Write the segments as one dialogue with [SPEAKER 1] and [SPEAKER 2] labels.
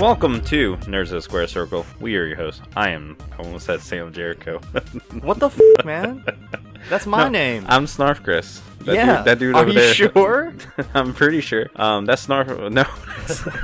[SPEAKER 1] Welcome to Nerds of the Square Circle. We are your hosts. I am, I almost said Sam Jericho.
[SPEAKER 2] What the f, man? That's my
[SPEAKER 1] No,
[SPEAKER 2] name.
[SPEAKER 1] I'm Snarf Chris. That
[SPEAKER 2] yeah.
[SPEAKER 1] Dude, that dude
[SPEAKER 2] Are
[SPEAKER 1] over
[SPEAKER 2] you
[SPEAKER 1] there.
[SPEAKER 2] sure?
[SPEAKER 1] I'm pretty sure. Um, that's Snarf. No.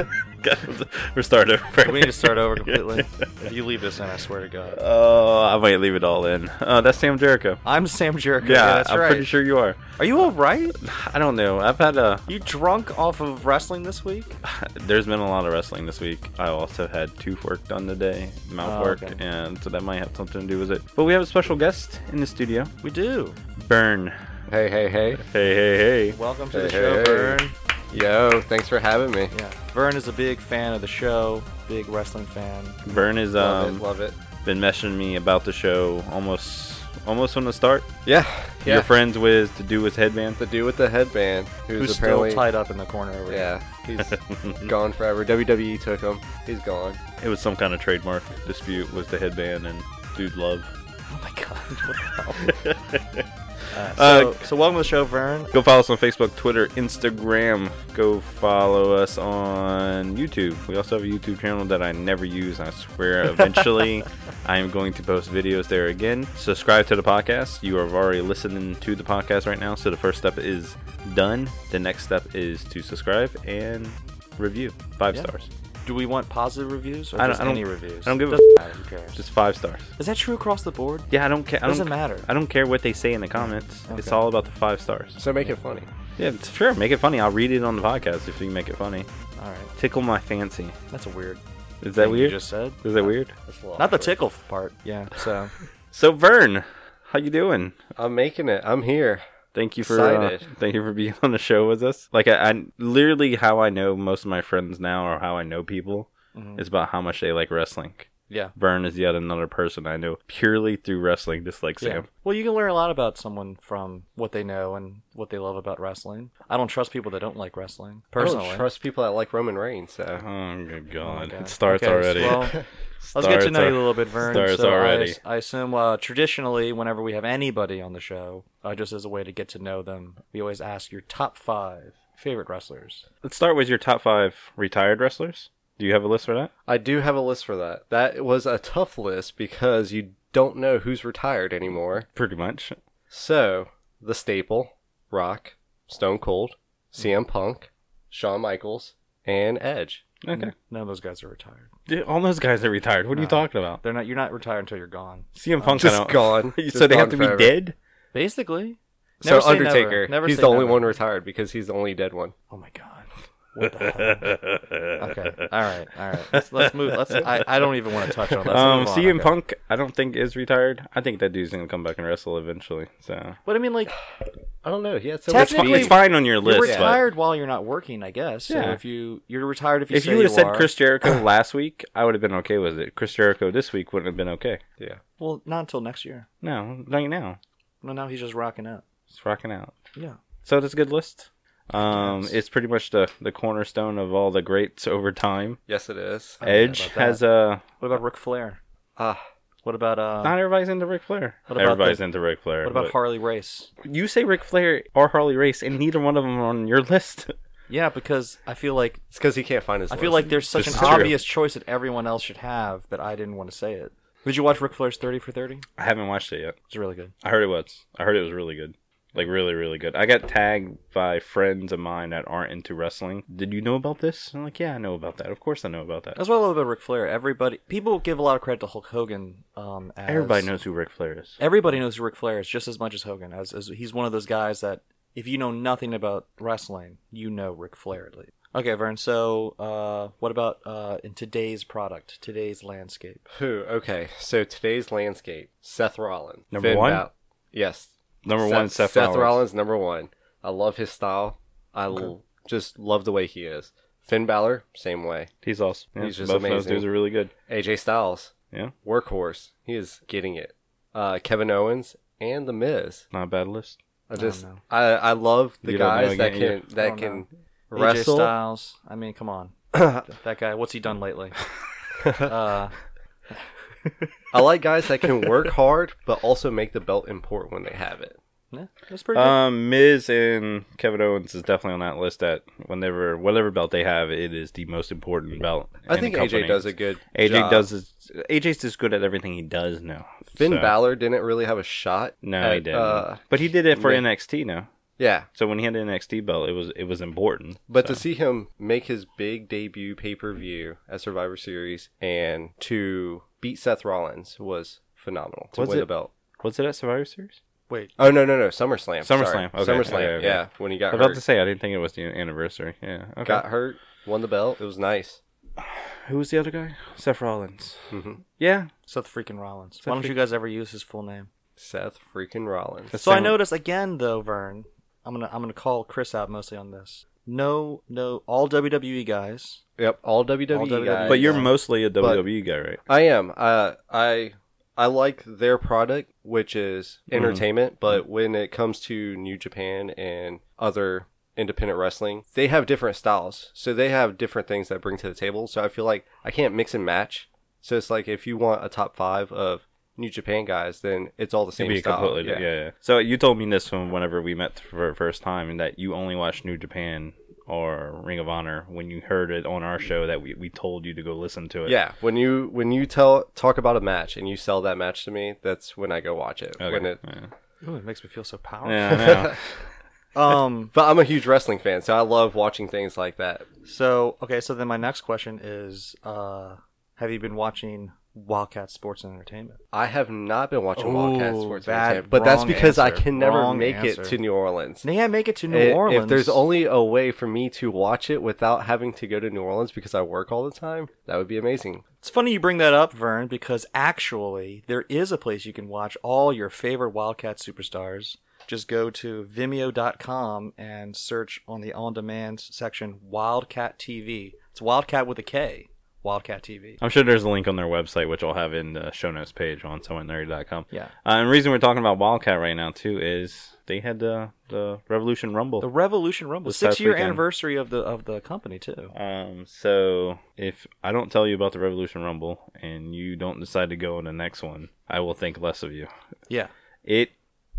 [SPEAKER 1] God, We're starting over.
[SPEAKER 2] we need to start over completely. if you leave this in, I swear to God.
[SPEAKER 1] Oh, I might leave it all in. Uh, that's Sam Jericho.
[SPEAKER 2] I'm Sam Jericho.
[SPEAKER 1] Yeah,
[SPEAKER 2] that's
[SPEAKER 1] I'm
[SPEAKER 2] right.
[SPEAKER 1] pretty sure you are.
[SPEAKER 2] Are you all right?
[SPEAKER 1] I don't know. I've had a.
[SPEAKER 2] You drunk off of wrestling this week?
[SPEAKER 1] There's been a lot of wrestling this week. I also had tooth work done today, mouth
[SPEAKER 2] Oh,
[SPEAKER 1] work,
[SPEAKER 2] okay.
[SPEAKER 1] and so that might have something to do with it. But we have a special guest in the studio,
[SPEAKER 2] We do.
[SPEAKER 1] Burn.
[SPEAKER 3] Hey, hey, hey.
[SPEAKER 1] Hey, hey, hey.
[SPEAKER 2] Welcome to
[SPEAKER 3] Hey,
[SPEAKER 2] the
[SPEAKER 3] hey,
[SPEAKER 2] show,
[SPEAKER 3] hey.
[SPEAKER 2] Vern.
[SPEAKER 3] Yo, thanks for having me.
[SPEAKER 2] Yeah, Vern is a big fan of the show. Big wrestling fan.
[SPEAKER 1] Vern has
[SPEAKER 3] Love
[SPEAKER 1] um,
[SPEAKER 3] it, love it.
[SPEAKER 1] been messaging me about the show almost almost from the start.
[SPEAKER 3] Yeah, yeah.
[SPEAKER 1] Your friends with to do with headband.
[SPEAKER 3] the dude with the headband, who's,
[SPEAKER 2] Who's,
[SPEAKER 3] apparently
[SPEAKER 2] still tied up in the corner over there.
[SPEAKER 3] yeah, he's gone forever. WWE took him. He's gone.
[SPEAKER 1] It was some kind of trademark dispute with the headband and dude love.
[SPEAKER 2] Oh my God. Uh,
[SPEAKER 1] Uh,
[SPEAKER 2] so, so welcome to the show, Vern.
[SPEAKER 1] Go follow us on Facebook, Twitter, Instagram. Go follow us on YouTube. We also have a YouTube channel that I never use. I swear eventually I am going to post videos there again. Subscribe to the podcast. You are already listening to the podcast right now. So the first step is done. The next step is to subscribe and review. Five
[SPEAKER 2] Yeah.
[SPEAKER 1] stars.
[SPEAKER 2] Do we want positive reviews or
[SPEAKER 1] I don't-
[SPEAKER 2] just
[SPEAKER 1] I don't-
[SPEAKER 2] any reviews?
[SPEAKER 1] I don't give a
[SPEAKER 2] Doesn't matter, who cares?
[SPEAKER 1] Just five stars.
[SPEAKER 2] Is that true across the board?
[SPEAKER 1] Yeah, I don't care. I
[SPEAKER 2] Doesn't
[SPEAKER 1] don't,
[SPEAKER 2] matter.
[SPEAKER 1] I don't care what they say in the comments. It's
[SPEAKER 2] Okay.
[SPEAKER 1] all about the five stars.
[SPEAKER 3] So make it funny.
[SPEAKER 1] Yeah, sure. Make it funny. I'll read it on the podcast if you make it funny.
[SPEAKER 2] All right,
[SPEAKER 1] Tickle my fancy.
[SPEAKER 2] that's a weird.
[SPEAKER 1] Is that
[SPEAKER 2] thing
[SPEAKER 1] weird?
[SPEAKER 2] You just said.
[SPEAKER 1] Is that weird?
[SPEAKER 3] That's a little
[SPEAKER 2] Not the
[SPEAKER 3] awkward.
[SPEAKER 2] tickle part. Yeah. So
[SPEAKER 1] So Vern, how you doing?
[SPEAKER 3] I'm making it. I'm here.
[SPEAKER 1] Thank you for uh,
[SPEAKER 3] Excited.
[SPEAKER 1] thank you for being on the show with us. Like I, I literally how I know most of my friends now or how I know people
[SPEAKER 2] Mhm.
[SPEAKER 1] is about how much they like wrestling.
[SPEAKER 2] yeah.
[SPEAKER 1] Vern is yet another person I know purely through wrestling, just like
[SPEAKER 2] Yeah.
[SPEAKER 1] Sam.
[SPEAKER 2] Well, you can learn a lot about someone from what they know and what they love about wrestling. I don't trust people that don't like wrestling personally.
[SPEAKER 3] I don't trust people that like Roman Reigns. So
[SPEAKER 1] Oh good
[SPEAKER 2] Oh my
[SPEAKER 1] god.
[SPEAKER 2] God.
[SPEAKER 1] It starts
[SPEAKER 2] Okay,
[SPEAKER 1] already.
[SPEAKER 2] Well, let's get to
[SPEAKER 1] Starts
[SPEAKER 2] know you a
[SPEAKER 1] al-
[SPEAKER 2] little bit, Vern.
[SPEAKER 1] starts
[SPEAKER 2] So I-
[SPEAKER 1] already.
[SPEAKER 2] I, assume uh, traditionally, whenever we have anybody on the show, uh, just as a way to get to know them, we always ask your top five favorite wrestlers.
[SPEAKER 1] Let's start with your top five retired wrestlers. Do you have a list for that?
[SPEAKER 3] I do have a list for that. That was a tough list because you don't know who's retired anymore.
[SPEAKER 1] Pretty much.
[SPEAKER 3] So the staple, Rock, Stone Cold, CM Punk, Shawn Michaels, and Edge.
[SPEAKER 1] Okay.
[SPEAKER 2] None of those guys are retired.
[SPEAKER 1] Dude, all those guys are retired. What are you
[SPEAKER 2] No.
[SPEAKER 1] talking about?
[SPEAKER 2] They're not. You're not retired until you're Uh-huh. gone.
[SPEAKER 1] CM Punk
[SPEAKER 3] Just gone.
[SPEAKER 1] You
[SPEAKER 3] Just
[SPEAKER 1] so they have
[SPEAKER 3] gone
[SPEAKER 1] to
[SPEAKER 3] forever.
[SPEAKER 1] be dead?
[SPEAKER 2] Basically.
[SPEAKER 3] So
[SPEAKER 2] say never.
[SPEAKER 3] Undertaker,
[SPEAKER 2] Never
[SPEAKER 3] he's
[SPEAKER 2] say
[SPEAKER 3] the only
[SPEAKER 2] never.
[SPEAKER 3] one retired because he's the only dead one.
[SPEAKER 2] Oh my god. What the hell? okay. All right. All right. Let's, let's move. Let's. I, I don't even want to touch on that. Let's
[SPEAKER 1] Um,
[SPEAKER 2] move on.
[SPEAKER 1] CM
[SPEAKER 2] Okay.
[SPEAKER 1] Punk, I don't think is retired. I think that dude's gonna come back and wrestle eventually. So
[SPEAKER 2] But I mean, like,
[SPEAKER 3] I don't know. He had so
[SPEAKER 1] it's,
[SPEAKER 3] much
[SPEAKER 1] fi-
[SPEAKER 2] Technically,
[SPEAKER 1] it's fine on your
[SPEAKER 2] you're
[SPEAKER 1] list. but
[SPEAKER 2] retired while you're not working, I guess. So
[SPEAKER 1] Yeah.
[SPEAKER 2] if you you're retired if you
[SPEAKER 1] if
[SPEAKER 2] say
[SPEAKER 1] you would have said
[SPEAKER 2] are.
[SPEAKER 1] Chris Jericho last week, I would have been okay with it. Chris Jericho this week wouldn't have been okay.
[SPEAKER 3] Yeah.
[SPEAKER 2] well, not until next year.
[SPEAKER 1] No, right now
[SPEAKER 2] No, now he's just rocking out.
[SPEAKER 1] it's rocking out.
[SPEAKER 2] Yeah.
[SPEAKER 1] So that's a good list. Um,
[SPEAKER 2] Yes.
[SPEAKER 1] it's pretty much the the cornerstone of all the greats over time.
[SPEAKER 3] Yes, it is.
[SPEAKER 2] I don't know
[SPEAKER 1] Edge
[SPEAKER 2] about that.
[SPEAKER 1] has a.
[SPEAKER 2] What about Ric Flair?
[SPEAKER 3] Ah,
[SPEAKER 2] What about uh?
[SPEAKER 1] Not everybody's into Ric Flair.
[SPEAKER 2] What about
[SPEAKER 1] everybody's
[SPEAKER 2] the-
[SPEAKER 1] into Ric Flair.
[SPEAKER 2] what about
[SPEAKER 1] but
[SPEAKER 2] Harley Race?
[SPEAKER 1] you say Ric Flair or Harley Race, and neither one of them are on your list.
[SPEAKER 2] Yeah, because I feel like
[SPEAKER 3] it's because he can't find his.
[SPEAKER 2] I feel
[SPEAKER 3] list.
[SPEAKER 2] like there's such
[SPEAKER 1] This
[SPEAKER 2] an
[SPEAKER 1] is true.
[SPEAKER 2] obvious choice that everyone else should have that I didn't want to say it. Did you watch Ric Flair's Thirty for Thirty?
[SPEAKER 1] I haven't watched it yet.
[SPEAKER 2] It's really good.
[SPEAKER 1] I heard it was. I heard it was really good. Like really, really good. I got tagged by friends of mine that aren't into wrestling. Did you know about this? I'm like, yeah, I know about that. Of course, I know about that.
[SPEAKER 2] That's what I love about Ric Flair. Everybody, people give a lot of credit to Hulk Hogan. Um, as,
[SPEAKER 1] Everybody knows who Ric Flair is.
[SPEAKER 2] Everybody knows who Ric Flair is just as much as Hogan. As, as he's one of those guys that if you know nothing about wrestling, you know Ric Flair at least. Okay, Vern. So, uh, what about uh, in today's product, today's landscape?
[SPEAKER 3] who. Okay, so today's landscape: Seth Rollins,
[SPEAKER 1] Number one?
[SPEAKER 3] Bal- yes,
[SPEAKER 1] Number one, Seth, Rollins.
[SPEAKER 3] Rollins, number one. I love his style. I l- just love the way he is. Finn Balor, same way.
[SPEAKER 1] He's awesome. Yeah,
[SPEAKER 3] He's just
[SPEAKER 1] both of those
[SPEAKER 3] amazing.
[SPEAKER 1] dudes are really good.
[SPEAKER 3] AJ Styles,
[SPEAKER 1] Yeah,
[SPEAKER 3] workhorse. He is getting it. Uh, Kevin Owens and The Miz.
[SPEAKER 1] not a bad list.
[SPEAKER 3] I just,
[SPEAKER 2] know.
[SPEAKER 3] I, I, love the
[SPEAKER 1] You don't know
[SPEAKER 3] guys that
[SPEAKER 1] again,
[SPEAKER 3] can that
[SPEAKER 2] don't
[SPEAKER 3] can
[SPEAKER 2] AJ
[SPEAKER 3] wrestle.
[SPEAKER 2] Styles. I mean, come on, that guy. What's he done lately? uh,
[SPEAKER 3] I like guys that can work hard, but also make the belt important when they have it.
[SPEAKER 2] Yeah, that's pretty good.
[SPEAKER 1] Um, Miz and Kevin Owens is definitely on that list. That whenever whatever belt they have, it is the most important belt.
[SPEAKER 3] I
[SPEAKER 1] in
[SPEAKER 3] think
[SPEAKER 1] the
[SPEAKER 3] AJ
[SPEAKER 1] company.
[SPEAKER 3] does a good
[SPEAKER 1] AJ
[SPEAKER 3] job.
[SPEAKER 1] does. His, AJ's just good at everything he does now.
[SPEAKER 3] Finn
[SPEAKER 1] So-
[SPEAKER 3] Balor didn't really have a shot.
[SPEAKER 1] No,
[SPEAKER 3] at,
[SPEAKER 1] he didn't.
[SPEAKER 3] uh,
[SPEAKER 1] but he did it for
[SPEAKER 3] yeah.
[SPEAKER 1] NXT now.
[SPEAKER 3] yeah,
[SPEAKER 1] So when he had the NXT belt, it was it was important.
[SPEAKER 3] But
[SPEAKER 1] so.
[SPEAKER 3] to see him make his big debut pay per view at Survivor Series and to beat Seth Rollins was phenomenal. To
[SPEAKER 1] Was
[SPEAKER 3] win
[SPEAKER 1] it-
[SPEAKER 3] the belt.
[SPEAKER 1] was it at Survivor Series?
[SPEAKER 2] Wait,
[SPEAKER 3] Oh no no no SummerSlam. sorry.
[SPEAKER 1] SummerSlam, okay,
[SPEAKER 3] SummerSlam.
[SPEAKER 1] okay, okay.
[SPEAKER 3] Yeah, when he
[SPEAKER 1] I
[SPEAKER 3] got
[SPEAKER 1] was
[SPEAKER 3] hurt.
[SPEAKER 1] about to say I didn't think it was the anniversary. Yeah. Okay.
[SPEAKER 3] Got hurt. Won the belt. It was nice.
[SPEAKER 1] Who was the other guy? Seth Rollins.
[SPEAKER 3] hmm
[SPEAKER 1] Yeah.
[SPEAKER 2] Seth freaking Rollins.
[SPEAKER 1] Seth
[SPEAKER 2] Why don't
[SPEAKER 1] freak-
[SPEAKER 2] you guys ever use his full name?
[SPEAKER 3] Seth freaking Rollins.
[SPEAKER 1] That's-
[SPEAKER 2] So I
[SPEAKER 1] Same-
[SPEAKER 2] notice again though, Vern, I'm gonna I'm gonna call Chris out mostly on this. No, no, all WWE guys.
[SPEAKER 3] Yep. All WWE.
[SPEAKER 2] All WWE.
[SPEAKER 3] guys.
[SPEAKER 1] E But you're
[SPEAKER 2] Yeah.
[SPEAKER 1] mostly a
[SPEAKER 3] But-
[SPEAKER 1] WWE guy, right?
[SPEAKER 3] I am. Uh, I I like their product, which is
[SPEAKER 1] Mm-hmm.
[SPEAKER 3] entertainment. But when it comes to New Japan and other independent wrestling, they have different styles, so they have different things that bring to the table. So I feel like I can't mix and match. So it's like if you want a top five of New Japan guys, then it's all the
[SPEAKER 1] To
[SPEAKER 3] same
[SPEAKER 1] be
[SPEAKER 3] style.
[SPEAKER 1] completely yeah. yeah. So you told me this one whenever we met for the first time, and that you only watched New Japan or Ring of Honor when you heard it on our show that we, we told you to go listen to it.
[SPEAKER 3] Yeah, when you when you tell talk about a match and you sell that match to me, that's when I go watch it.
[SPEAKER 1] Okay.
[SPEAKER 3] When it,
[SPEAKER 1] yeah.
[SPEAKER 2] Ooh, it makes me feel so powerful.
[SPEAKER 1] Yeah, I know.
[SPEAKER 2] Um.
[SPEAKER 3] but I'm a huge wrestling fan, so I love watching things like that.
[SPEAKER 2] So okay. So then my next question is, uh, have you been watching Wildcat Sports and Entertainment?
[SPEAKER 3] I have not been watching
[SPEAKER 2] Ooh,
[SPEAKER 3] Wildcat Sports,
[SPEAKER 2] bad-
[SPEAKER 3] Entertainment, but that's
[SPEAKER 2] wrong
[SPEAKER 3] because I
[SPEAKER 2] answer.
[SPEAKER 3] can never
[SPEAKER 2] Wrong
[SPEAKER 3] make
[SPEAKER 2] answer.
[SPEAKER 3] it to New Orleans.
[SPEAKER 2] May I make it to New
[SPEAKER 3] I-
[SPEAKER 2] Orleans?
[SPEAKER 3] If there's only a way for me to watch it without having to go to New Orleans because I work all the time, that would be amazing.
[SPEAKER 2] It's funny you bring that up, Vern, because actually there is a place you can watch all your favorite Wildcat superstars. Just go to Vimeo.com and search on the on-demand section Wildcat TV. It's Wildcat with a K. Wildcat TV.
[SPEAKER 1] I'm sure there's a link on their website, which I'll have in the show notes page on someonenerdy.com.
[SPEAKER 2] Yeah.
[SPEAKER 1] Uh, and the reason we're talking about Wildcat right now too is they had the the Revolution Rumble.
[SPEAKER 2] The Revolution Rumble,
[SPEAKER 1] This past
[SPEAKER 2] six-year
[SPEAKER 1] weekend.
[SPEAKER 2] anniversary of the of the company too.
[SPEAKER 1] Um, so if I don't tell you about the Revolution Rumble and you don't decide to go on the next one, I will think less of you.
[SPEAKER 2] Yeah.
[SPEAKER 1] It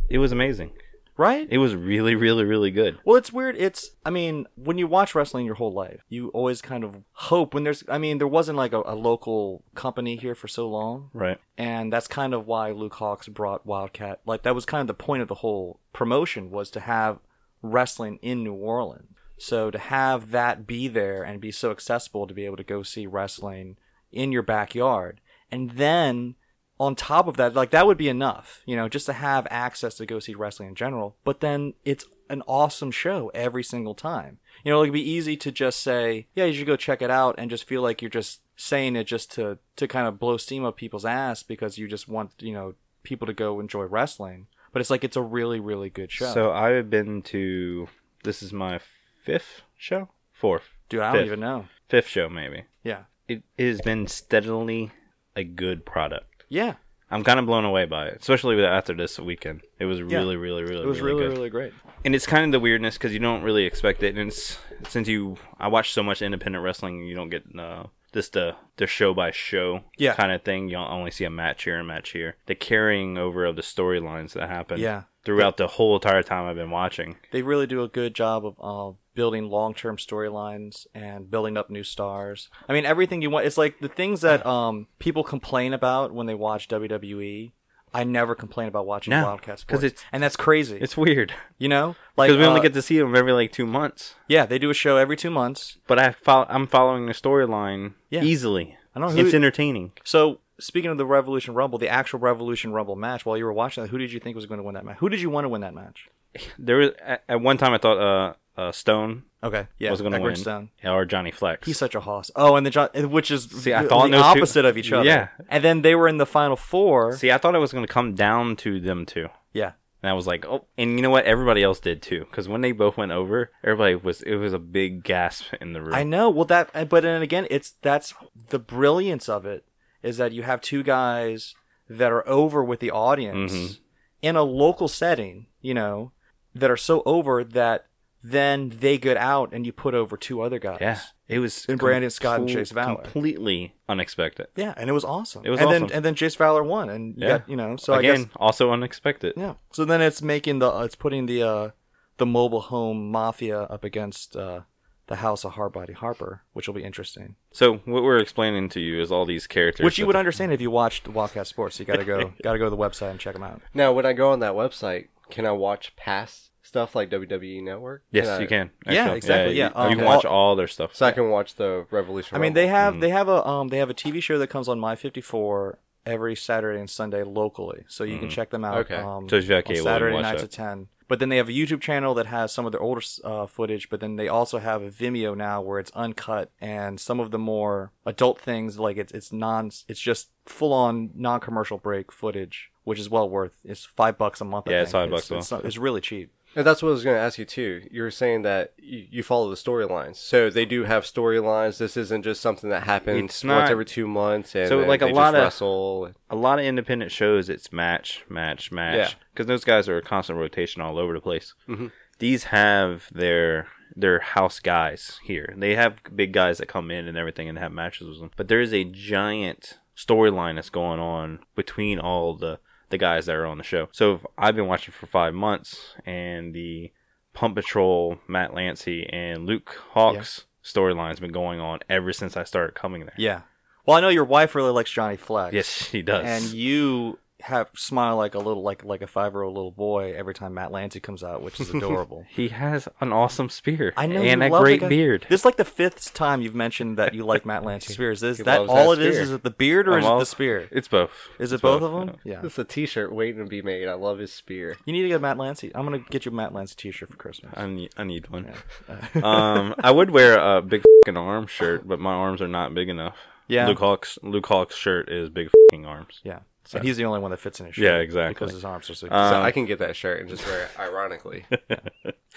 [SPEAKER 1] it was amazing.
[SPEAKER 2] Right?
[SPEAKER 1] It was really, really, really good.
[SPEAKER 2] Well, it's weird. It's, I mean, when you watch wrestling your whole life, you always kind of hope when there's, I mean, there wasn't like a, a local company here for so long.
[SPEAKER 1] Right.
[SPEAKER 2] And that's kind of why Luke Hawks brought Wildcat. Like, that was kind of the point of the whole promotion was to have wrestling in New Orleans. So to have that be there and be so accessible to be able to go see wrestling in your backyard. And then on top of that, like that would be enough, you know, just to have access to go see wrestling in general. But then it's an awesome show every single time. You know, it'd be easy to just say, yeah, you should go check it out and just feel like you're just saying it just to, to kind of blow steam up people's ass because you just want, you know, people to go enjoy wrestling. But it's like, it's a really, really good show.
[SPEAKER 1] So I have been to this is my fifth show? Fourth.
[SPEAKER 2] Dude, I
[SPEAKER 1] Fifth.
[SPEAKER 2] don't even know.
[SPEAKER 1] Fifth show maybe.
[SPEAKER 2] Yeah.
[SPEAKER 1] It, it has been steadily a good product.
[SPEAKER 2] Yeah.
[SPEAKER 1] I'm kind of blown away by it, especially with- after this weekend. It was
[SPEAKER 2] Yeah.
[SPEAKER 1] really, really, really,
[SPEAKER 2] It was
[SPEAKER 1] really,
[SPEAKER 2] really,
[SPEAKER 1] good.
[SPEAKER 2] really great.
[SPEAKER 1] and it's kind of the weirdness because you don't really expect it. And it's, since you, I watch so much independent wrestling, you don't get uh, just the the show by show
[SPEAKER 2] Yeah.
[SPEAKER 1] kind of thing. You only see a match here and match here. The carrying over of the storylines that happen
[SPEAKER 2] Yeah.
[SPEAKER 1] throughout the whole entire time I've been watching.
[SPEAKER 2] they really do a good job of uh, building long-term storylines and building up new stars. I mean, everything you want. It's like the things that um, people complain about when they watch WWE. I never complain about watching
[SPEAKER 1] No,
[SPEAKER 2] Wildcat
[SPEAKER 1] 'cause
[SPEAKER 2] Sports,
[SPEAKER 1] it's-
[SPEAKER 2] and that's crazy.
[SPEAKER 1] It's weird
[SPEAKER 2] you know, like
[SPEAKER 1] because we only
[SPEAKER 2] uh,
[SPEAKER 1] get to see them every like two months.
[SPEAKER 2] yeah, they do a show every two months.
[SPEAKER 1] But I follow, I'm following the storyline
[SPEAKER 2] Yeah.
[SPEAKER 1] easily.
[SPEAKER 2] I don't know who-
[SPEAKER 1] it's entertaining.
[SPEAKER 2] So speaking of the Revolution Rumble, the actual Revolution Rumble match, while you were watching that, who did you think was going to win that match? Who did you want to win that match?
[SPEAKER 1] There was at, at one time I thought uh, uh Stone
[SPEAKER 2] Okay, yeah,
[SPEAKER 1] was going to
[SPEAKER 2] Edward
[SPEAKER 1] win,
[SPEAKER 2] Stone.
[SPEAKER 1] or Johnny Flex.
[SPEAKER 2] He's such a hoss. Oh, and the John, and which is
[SPEAKER 1] See, I
[SPEAKER 2] the-
[SPEAKER 1] thought
[SPEAKER 2] the
[SPEAKER 1] those two-
[SPEAKER 2] opposite of each other.
[SPEAKER 1] Yeah.
[SPEAKER 2] and then they were in the final four.
[SPEAKER 1] See, I thought it was going to come down to them two.
[SPEAKER 2] Yeah.
[SPEAKER 1] And I was like, oh, and you know what? Everybody else did too. Because when they both went over, everybody was, it was a big gasp in the room.
[SPEAKER 2] I know. Well, that, but then again, it's that's the brilliance of it is that you have two guys that are over with the
[SPEAKER 1] Mm-hmm.
[SPEAKER 2] audience in a local setting, you know, that are so over that then they get out and you put over two other guys.
[SPEAKER 1] Yeah, it was
[SPEAKER 2] And Brandon Scott and Chase Valor.
[SPEAKER 1] completely unexpected.
[SPEAKER 2] Yeah, and it was awesome.
[SPEAKER 1] It was
[SPEAKER 2] and
[SPEAKER 1] awesome.
[SPEAKER 2] then and then Chase Fowler won, and you
[SPEAKER 1] Yeah.
[SPEAKER 2] got you know. So I
[SPEAKER 1] Again,
[SPEAKER 2] guess
[SPEAKER 1] also unexpected.
[SPEAKER 2] yeah. So then it's making the it's putting the uh the mobile home mafia up against uh the House of Hardbody Harper, which will be interesting.
[SPEAKER 1] So what we're explaining to you is all these characters,
[SPEAKER 2] Which you
[SPEAKER 1] that
[SPEAKER 2] would
[SPEAKER 1] the-
[SPEAKER 2] understand if you watched Wildcat Sports. You gotta go gotta go to the website and check them out.
[SPEAKER 3] Now, when I go on that website, can I watch past stuff like WWE Network?
[SPEAKER 1] Yes,
[SPEAKER 3] I-
[SPEAKER 1] you can.
[SPEAKER 2] Yeah, exactly,
[SPEAKER 1] you-
[SPEAKER 2] yeah,
[SPEAKER 1] you
[SPEAKER 2] um,
[SPEAKER 1] can watch
[SPEAKER 2] all-
[SPEAKER 1] all their stuff.
[SPEAKER 3] So I can watch the Revolution.
[SPEAKER 2] I mean,
[SPEAKER 3] Rumble.
[SPEAKER 2] they have they have a um they have a TV show that comes on My 54 every Saturday and Sunday locally, so you can check them out.
[SPEAKER 3] Okay.
[SPEAKER 2] Um,
[SPEAKER 1] Mm-hmm. So if you got
[SPEAKER 2] on
[SPEAKER 1] cable, you can
[SPEAKER 2] Saturday
[SPEAKER 1] watch
[SPEAKER 2] nights
[SPEAKER 1] that.
[SPEAKER 2] at ten. But then they have a YouTube channel that has some of their older uh, footage. But then they also have a Vimeo now where it's uncut and some of the more adult things like it's it's non it's just full on non commercial break footage, which is well worth. It's five bucks a month. I
[SPEAKER 1] Yeah, it's
[SPEAKER 2] think.
[SPEAKER 1] five bucks a
[SPEAKER 2] It's, it's, it's really cheap.
[SPEAKER 3] And that's what I was going to ask you too. You were saying that you, you follow the storylines, so they do have storylines. This isn't just something that happens
[SPEAKER 1] It's
[SPEAKER 3] once
[SPEAKER 1] not-
[SPEAKER 3] every two months, and
[SPEAKER 1] So,
[SPEAKER 3] then
[SPEAKER 1] like, a
[SPEAKER 3] they
[SPEAKER 1] lot
[SPEAKER 3] just
[SPEAKER 1] of-
[SPEAKER 3] wrestle.
[SPEAKER 1] a lot of independent shows it's match match match because those guys are a constant rotation all over the place
[SPEAKER 2] Mm-hmm.
[SPEAKER 3] Mhm.
[SPEAKER 1] these have their their house guys here they have big guys that come in and everything and have matches with them but there is a giant storyline that's going on between all the the guys that are on the show so if i've been watching for five months and the pump patrol matt lancey and luke hawks storyline's been going on ever since i started coming there
[SPEAKER 2] Yeah. Well, I know your wife really likes Johnny Flex.
[SPEAKER 1] yes he does
[SPEAKER 2] and you have smile like a little like like a five year old little boy every time Matt Lancy comes out, which is adorable.
[SPEAKER 1] He has an awesome spear.
[SPEAKER 2] I know
[SPEAKER 1] and
[SPEAKER 2] you
[SPEAKER 1] a
[SPEAKER 2] love
[SPEAKER 1] great
[SPEAKER 2] the guy-
[SPEAKER 1] beard.
[SPEAKER 2] This is like the fifth time you've mentioned that you like Matt Lancy Spears. Is
[SPEAKER 3] He
[SPEAKER 2] that
[SPEAKER 3] loves
[SPEAKER 2] all it
[SPEAKER 3] that
[SPEAKER 2] is?
[SPEAKER 3] spear.
[SPEAKER 2] Is it the beard or
[SPEAKER 1] I'm
[SPEAKER 2] is it
[SPEAKER 1] all-
[SPEAKER 2] the spear?
[SPEAKER 1] It's both.
[SPEAKER 2] Is
[SPEAKER 1] It's
[SPEAKER 2] it both, of them? Yeah.
[SPEAKER 3] This is a T-shirt waiting to be made. I love his spear.
[SPEAKER 2] You need to get a Matt Lancy. I'm gonna get you a Matt Lancy T-shirt for Christmas.
[SPEAKER 1] I need, I need one.
[SPEAKER 2] Uh,
[SPEAKER 1] um, I would wear a big fucking arm shirt, but my arms are not big enough.
[SPEAKER 2] yeah,
[SPEAKER 1] Luke Hawk's Luke Hawk's shirt is big fucking arms.
[SPEAKER 2] yeah. And he's the only one that fits in his shirt.
[SPEAKER 1] Yeah, exactly.
[SPEAKER 2] Because his arms are so.
[SPEAKER 1] Uh,
[SPEAKER 3] So
[SPEAKER 1] Um,
[SPEAKER 3] I can get that shirt and just wear it ironically.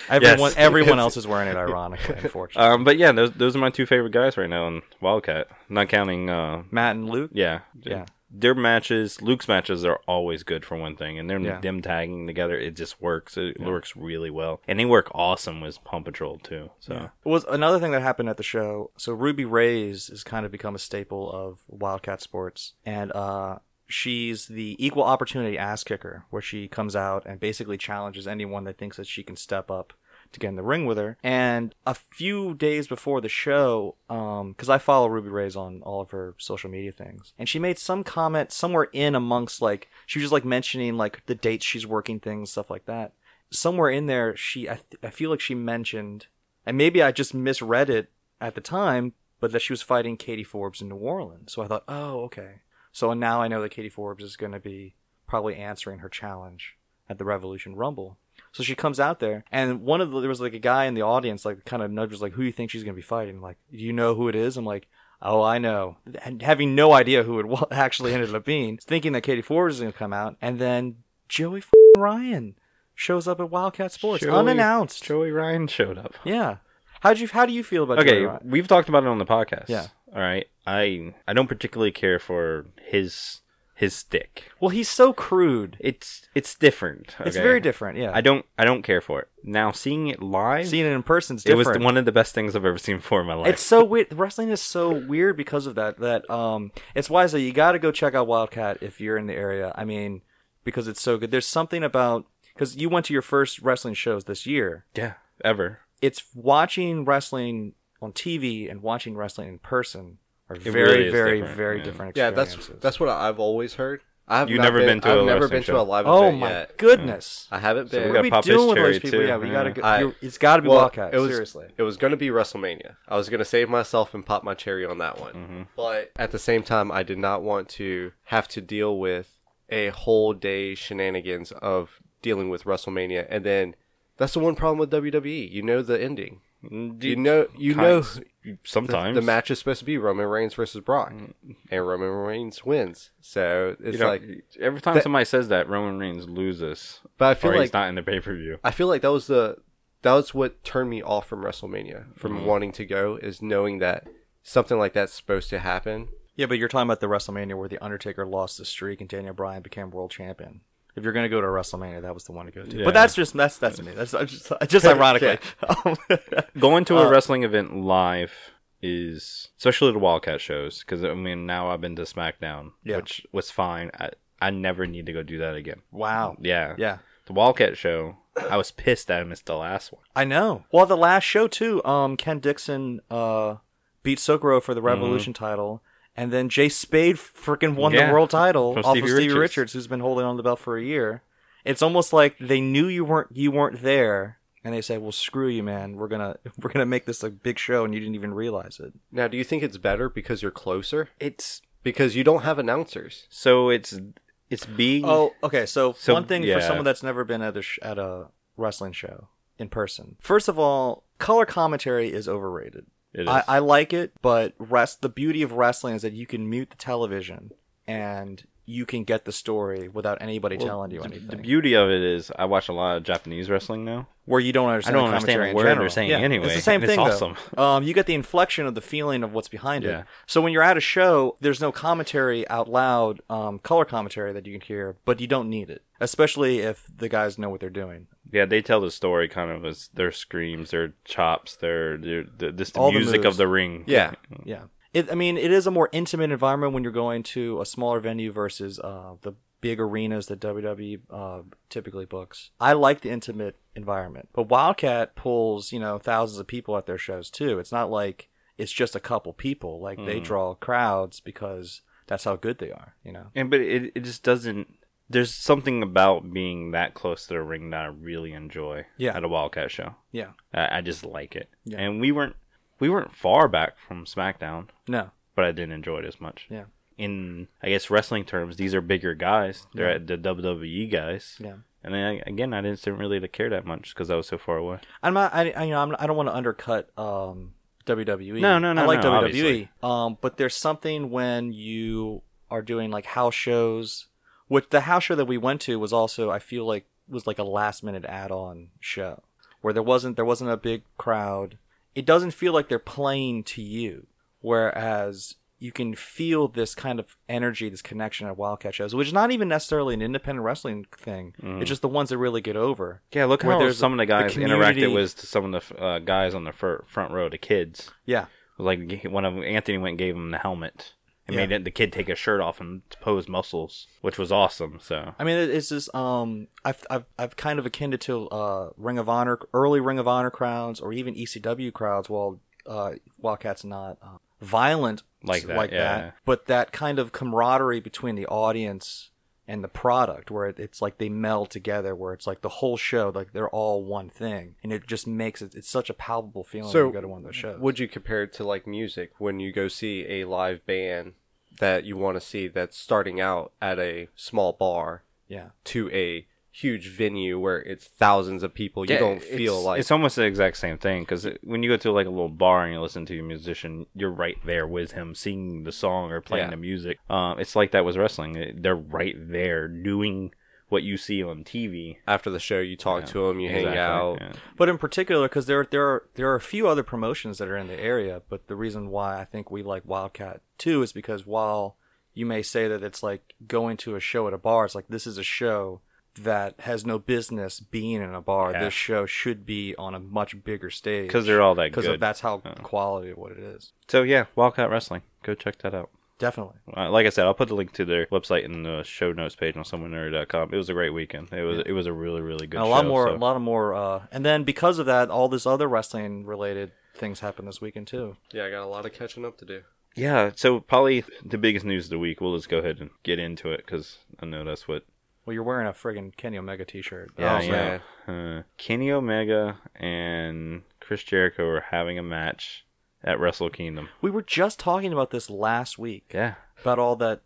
[SPEAKER 2] everyone,
[SPEAKER 1] yes.
[SPEAKER 2] everyone else is wearing it ironically. Unfortunately,
[SPEAKER 1] Um, but yeah, those those are my two favorite guys right now on Wildcat. Not counting, uh,
[SPEAKER 2] Matt and Luke.
[SPEAKER 1] yeah,
[SPEAKER 2] Yeah.
[SPEAKER 1] Their matches, Luke's matches are always good for one thing, and they're
[SPEAKER 2] Yeah.
[SPEAKER 1] them tagging together. It just works. It works really well, and they work awesome with Pump Patrol too. So
[SPEAKER 2] It was another thing that happened at the show. So Ruby Ray's has kind of become a staple of Wildcat Sports, and uh, she's the equal opportunity ass kicker, where she comes out and basically challenges anyone that thinks that she can step up to get in the ring with her. And a few days before the show, because I follow Ruby Ray's on all of her social media things, and she made some comment somewhere in amongst like she was just like mentioning like the dates she's working things, stuff like that. Somewhere in there, she I, th- I feel like she mentioned, and maybe I just misread it at the time, but that she was fighting Katie Forbes in New Orleans. So I thought, oh okay. So now I know that Katie Forbes is going to be probably answering her challenge at the Revolution Rumble. So she comes out there, and one of the, there was like a guy in the audience, like kind of nudges, like, "Who do you think she's gonna be fighting?" like, "Do you know who it is?" I'm like, "Oh, I know," and having no idea who it wa- actually ended up being, thinking that Katie Forbes is gonna come out, and then Joey f- Ryan shows up at Wildcat Sports
[SPEAKER 1] Joey-
[SPEAKER 2] unannounced.
[SPEAKER 1] Joey Ryan showed up.
[SPEAKER 2] Yeah, how would you how do you feel about Joey
[SPEAKER 1] okay,
[SPEAKER 2] Ryan?
[SPEAKER 1] we've talked about it on the podcast.
[SPEAKER 2] Yeah.
[SPEAKER 1] All right. I I don't particularly care for his his stick.
[SPEAKER 2] Well, he's so crude.
[SPEAKER 1] It's it's different.
[SPEAKER 2] It's
[SPEAKER 1] okay?
[SPEAKER 2] very different. Yeah,
[SPEAKER 1] I don't I don't care for it. Now seeing it live,
[SPEAKER 2] seeing it in person's
[SPEAKER 1] it
[SPEAKER 2] different.
[SPEAKER 1] was one of the best things I've ever seen before in my life.
[SPEAKER 2] It's so weird. Wrestling is so weird because of that. That um, it's why I say you got to go check out Wildcat if you're in the area. I mean, because it's so good. There's something about because you went to your first wrestling shows this year.
[SPEAKER 1] yeah, ever.
[SPEAKER 2] It's watching wrestling on TV and watching wrestling in person are
[SPEAKER 1] really
[SPEAKER 2] very,
[SPEAKER 1] is
[SPEAKER 2] very,
[SPEAKER 1] different,
[SPEAKER 2] very
[SPEAKER 1] yeah.
[SPEAKER 2] different.
[SPEAKER 3] yeah, that's
[SPEAKER 2] Experiences.
[SPEAKER 3] that's what I've always heard. I've
[SPEAKER 1] You've never been to
[SPEAKER 3] I've
[SPEAKER 1] a
[SPEAKER 3] never
[SPEAKER 1] wrestling
[SPEAKER 3] been to
[SPEAKER 1] show.
[SPEAKER 3] a live event
[SPEAKER 2] oh my
[SPEAKER 3] yet.
[SPEAKER 2] goodness.
[SPEAKER 3] I haven't
[SPEAKER 1] So
[SPEAKER 3] been.
[SPEAKER 1] we
[SPEAKER 2] what
[SPEAKER 1] got
[SPEAKER 2] are we
[SPEAKER 1] Pop His
[SPEAKER 2] doing with
[SPEAKER 1] Cherry,
[SPEAKER 2] those people?
[SPEAKER 1] too.
[SPEAKER 2] Yeah, we
[SPEAKER 1] Yeah.
[SPEAKER 2] gotta go.
[SPEAKER 3] I-
[SPEAKER 2] you're- it's got to be
[SPEAKER 3] Well,
[SPEAKER 2] Wildcat.
[SPEAKER 3] it was-
[SPEAKER 2] seriously.
[SPEAKER 3] It was going to be WrestleMania. I was going to save myself and pop my cherry on that one. But at the same time, I did not want to have to deal with a whole day shenanigans of dealing with WrestleMania. And then that's the one problem with WWE. You know the ending. You know, you know
[SPEAKER 1] Kinds- Mm, sometimes
[SPEAKER 3] the match is supposed to be Roman Reigns versus Brock, and Roman Reigns wins. So it's
[SPEAKER 1] You know,
[SPEAKER 3] like,
[SPEAKER 1] every time
[SPEAKER 3] that-
[SPEAKER 1] somebody says that Roman Reigns loses,
[SPEAKER 3] but I feel
[SPEAKER 1] or
[SPEAKER 3] like
[SPEAKER 1] he's not in the pay per view.
[SPEAKER 3] I feel like that was the that was what turned me off from WrestleMania, from
[SPEAKER 1] Mm-hmm.
[SPEAKER 3] wanting to go, is knowing that something like that's supposed to happen.
[SPEAKER 2] Yeah, but you're talking about the WrestleMania where the Undertaker lost the streak and Daniel Bryan became world champion. If you're gonna go to WrestleMania, that was the one to go to.
[SPEAKER 1] Yeah.
[SPEAKER 2] But that's just that's that's me. That's I'm just just ironically. Um,
[SPEAKER 1] Going to a
[SPEAKER 2] Uh,
[SPEAKER 1] wrestling event live is especially the Wildcat shows because I mean now I've been to SmackDown,
[SPEAKER 2] Yeah.
[SPEAKER 1] which was fine. I I never need to go do that again.
[SPEAKER 2] wow.
[SPEAKER 1] Yeah,
[SPEAKER 2] Yeah.
[SPEAKER 1] The Wildcat show, I was pissed that I missed the last one.
[SPEAKER 2] I know. Well, the last show too. Um, Ken Dixon uh beat Sokoro for the Revolution title, and then Jay Spade freaking won
[SPEAKER 1] Mm-hmm. Yeah.
[SPEAKER 2] the world title
[SPEAKER 1] From
[SPEAKER 2] off
[SPEAKER 1] Stevie
[SPEAKER 2] of Stevie
[SPEAKER 1] Richards.
[SPEAKER 2] Richards. who's been holding on to the belt for a year. It's almost like they knew you weren't you weren't there, and they said, "Well, screw you, man. We're gonna we're gonna make this a big show," and you didn't even realize it.
[SPEAKER 3] Now, do you think it's better because you're closer?
[SPEAKER 1] It's
[SPEAKER 3] Because you don't have announcers.
[SPEAKER 1] so it's it's being
[SPEAKER 2] Oh, okay. So,
[SPEAKER 1] So,
[SPEAKER 2] one thing
[SPEAKER 1] yeah.
[SPEAKER 2] for someone that's never been at a sh- at a wrestling show in person. First of all, color commentary is overrated.
[SPEAKER 1] It is.
[SPEAKER 2] I, I like it, but rest the beauty of wrestling is that you can mute the television and you can get the story without anybody telling you anything.
[SPEAKER 1] the beauty of it is I watch a lot of Japanese wrestling now.
[SPEAKER 2] where you don't
[SPEAKER 1] I
[SPEAKER 2] understand.
[SPEAKER 1] don't
[SPEAKER 2] the
[SPEAKER 1] understand
[SPEAKER 2] commentary
[SPEAKER 1] a
[SPEAKER 2] in
[SPEAKER 1] word
[SPEAKER 2] general.
[SPEAKER 1] they're saying
[SPEAKER 2] Yeah,
[SPEAKER 1] anyway.
[SPEAKER 2] It's the same
[SPEAKER 1] and it's
[SPEAKER 2] thing. though.
[SPEAKER 1] awesome.
[SPEAKER 2] Um, you get the inflection of the feeling of what's behind
[SPEAKER 1] Yeah.
[SPEAKER 2] it. So when you're at a show, there's no commentary out loud, um, color commentary that you can hear, but you don't need it, especially if the guys know what they're doing.
[SPEAKER 1] Yeah, they tell the story kind of as their screams, their chops, their, their, the just the
[SPEAKER 2] All the
[SPEAKER 1] music of
[SPEAKER 2] moves.
[SPEAKER 1] the ring.
[SPEAKER 3] Yeah.
[SPEAKER 2] Yeah. It, I mean, it is a more intimate environment when you're going to a smaller venue versus uh, the big arenas that WWE uh, typically books. I like the intimate environment, but Wildcat pulls you know thousands of people at their shows too. It's not like it's just a couple people. Like they draw crowds because that's how good they are. You know.
[SPEAKER 1] And but it, it just doesn't. There's something about being that close to the ring that I really enjoy.
[SPEAKER 2] Yeah.
[SPEAKER 1] At a Wildcat show,
[SPEAKER 2] Yeah.
[SPEAKER 1] I, I just like it.
[SPEAKER 2] Yeah.
[SPEAKER 1] And we weren't we weren't far back from SmackDown,
[SPEAKER 2] No.
[SPEAKER 1] but I didn't enjoy it as much.
[SPEAKER 2] Yeah.
[SPEAKER 1] In I guess wrestling terms, these are bigger guys. They're at the WWE guys.
[SPEAKER 2] Yeah.
[SPEAKER 1] And I, again, I didn't really care that much because I was so far away.
[SPEAKER 2] I'm not. I, I you know I'm, not- I don't want to undercut um, WWE.
[SPEAKER 1] No, no, no,
[SPEAKER 2] I like
[SPEAKER 1] no,
[SPEAKER 2] WWE.
[SPEAKER 1] obviously.
[SPEAKER 2] Um, but there's something when you are doing like house shows. Which the house show that we went to was also I feel like was like a last minute add on show where there wasn't there wasn't a big crowd. It doesn't feel like they're playing to you, whereas you can feel this kind of energy, this connection at Wildcat shows, which is not even necessarily an independent wrestling thing.
[SPEAKER 1] Mm.
[SPEAKER 2] It's just the ones that really get over.
[SPEAKER 1] Yeah, look
[SPEAKER 2] Where
[SPEAKER 1] how
[SPEAKER 2] there's
[SPEAKER 1] some of the
[SPEAKER 2] the
[SPEAKER 1] guys
[SPEAKER 2] community-
[SPEAKER 1] interacted with some of the uh, guys on the fir- front row, the kids.
[SPEAKER 2] Yeah,
[SPEAKER 1] Like he- one of 'em- Anthony went and gave him the helmet and
[SPEAKER 2] Yeah.
[SPEAKER 1] made it, the kid take his shirt off and pose muscles, which was awesome. So
[SPEAKER 2] I mean, it- it's just um, I've I've I've kind of akin it to uh, Ring of Honor, early Ring of Honor crowds, or even ECW crowds. While uh, Wildcat's not uh, violent
[SPEAKER 1] Like that,
[SPEAKER 2] like
[SPEAKER 1] yeah.
[SPEAKER 2] that, but that kind of camaraderie between the audience and the product, where it, it's like they meld together, where it's like the whole show, like they're all one thing, and it just makes it. It's such a palpable feeling
[SPEAKER 3] So,
[SPEAKER 2] when you go to one of those shows.
[SPEAKER 3] Would you compare it to like music when you go see a live band that you want to see that's starting out at a small bar
[SPEAKER 2] yeah,
[SPEAKER 3] to a huge venue where it's thousands of people? you don't feel
[SPEAKER 1] it's,
[SPEAKER 3] like
[SPEAKER 1] it's almost the exact same thing because when you go to like a little bar and you listen to a musician, you're right there with him singing the song or playing the
[SPEAKER 3] Yeah.
[SPEAKER 1] music. Um, it's like that was wrestling; It- they're right there doing what you see on TV.
[SPEAKER 3] after the show you talk to 'em, to them, you hang
[SPEAKER 1] Exactly,
[SPEAKER 3] out.
[SPEAKER 1] yeah.
[SPEAKER 2] But in particular, because there there are there are a few other promotions that are in the area, but the reason why I think we like Wildcat too is because while you may say that it's like going to a show at a bar, it's like this is a show that has no business being in a bar.
[SPEAKER 1] Yeah.
[SPEAKER 2] This show should be on a much bigger stage
[SPEAKER 1] Because they're all that
[SPEAKER 2] because of
[SPEAKER 1] good.
[SPEAKER 2] that's how quality of what it is.
[SPEAKER 1] So yeah, Wildcat Wrestling. Go check that out.
[SPEAKER 2] Definitely.
[SPEAKER 1] Uh, like I said, I'll put the link to their website in the show notes page on someonenerd.com. It was a great weekend. It was it was a really really good.
[SPEAKER 2] And a lot
[SPEAKER 1] show,
[SPEAKER 2] more,
[SPEAKER 1] so-
[SPEAKER 2] a lot of more, uh, and then because of that, all this other wrestling related things happened this weekend too.
[SPEAKER 3] Yeah, I got a lot of catching up to do.
[SPEAKER 1] Yeah. So probably the biggest news of the week. We'll just go ahead and get into it because I know that's what.
[SPEAKER 2] Well, you're wearing a friggin' Kenny Omega t-shirt. Oh,
[SPEAKER 3] Yeah,
[SPEAKER 1] I
[SPEAKER 3] yeah.
[SPEAKER 1] know. Uh, Kenny Omega and Chris Jericho are having a match at Wrestle Kingdom.
[SPEAKER 2] We were just talking about this last week
[SPEAKER 1] Yeah.
[SPEAKER 2] about all that.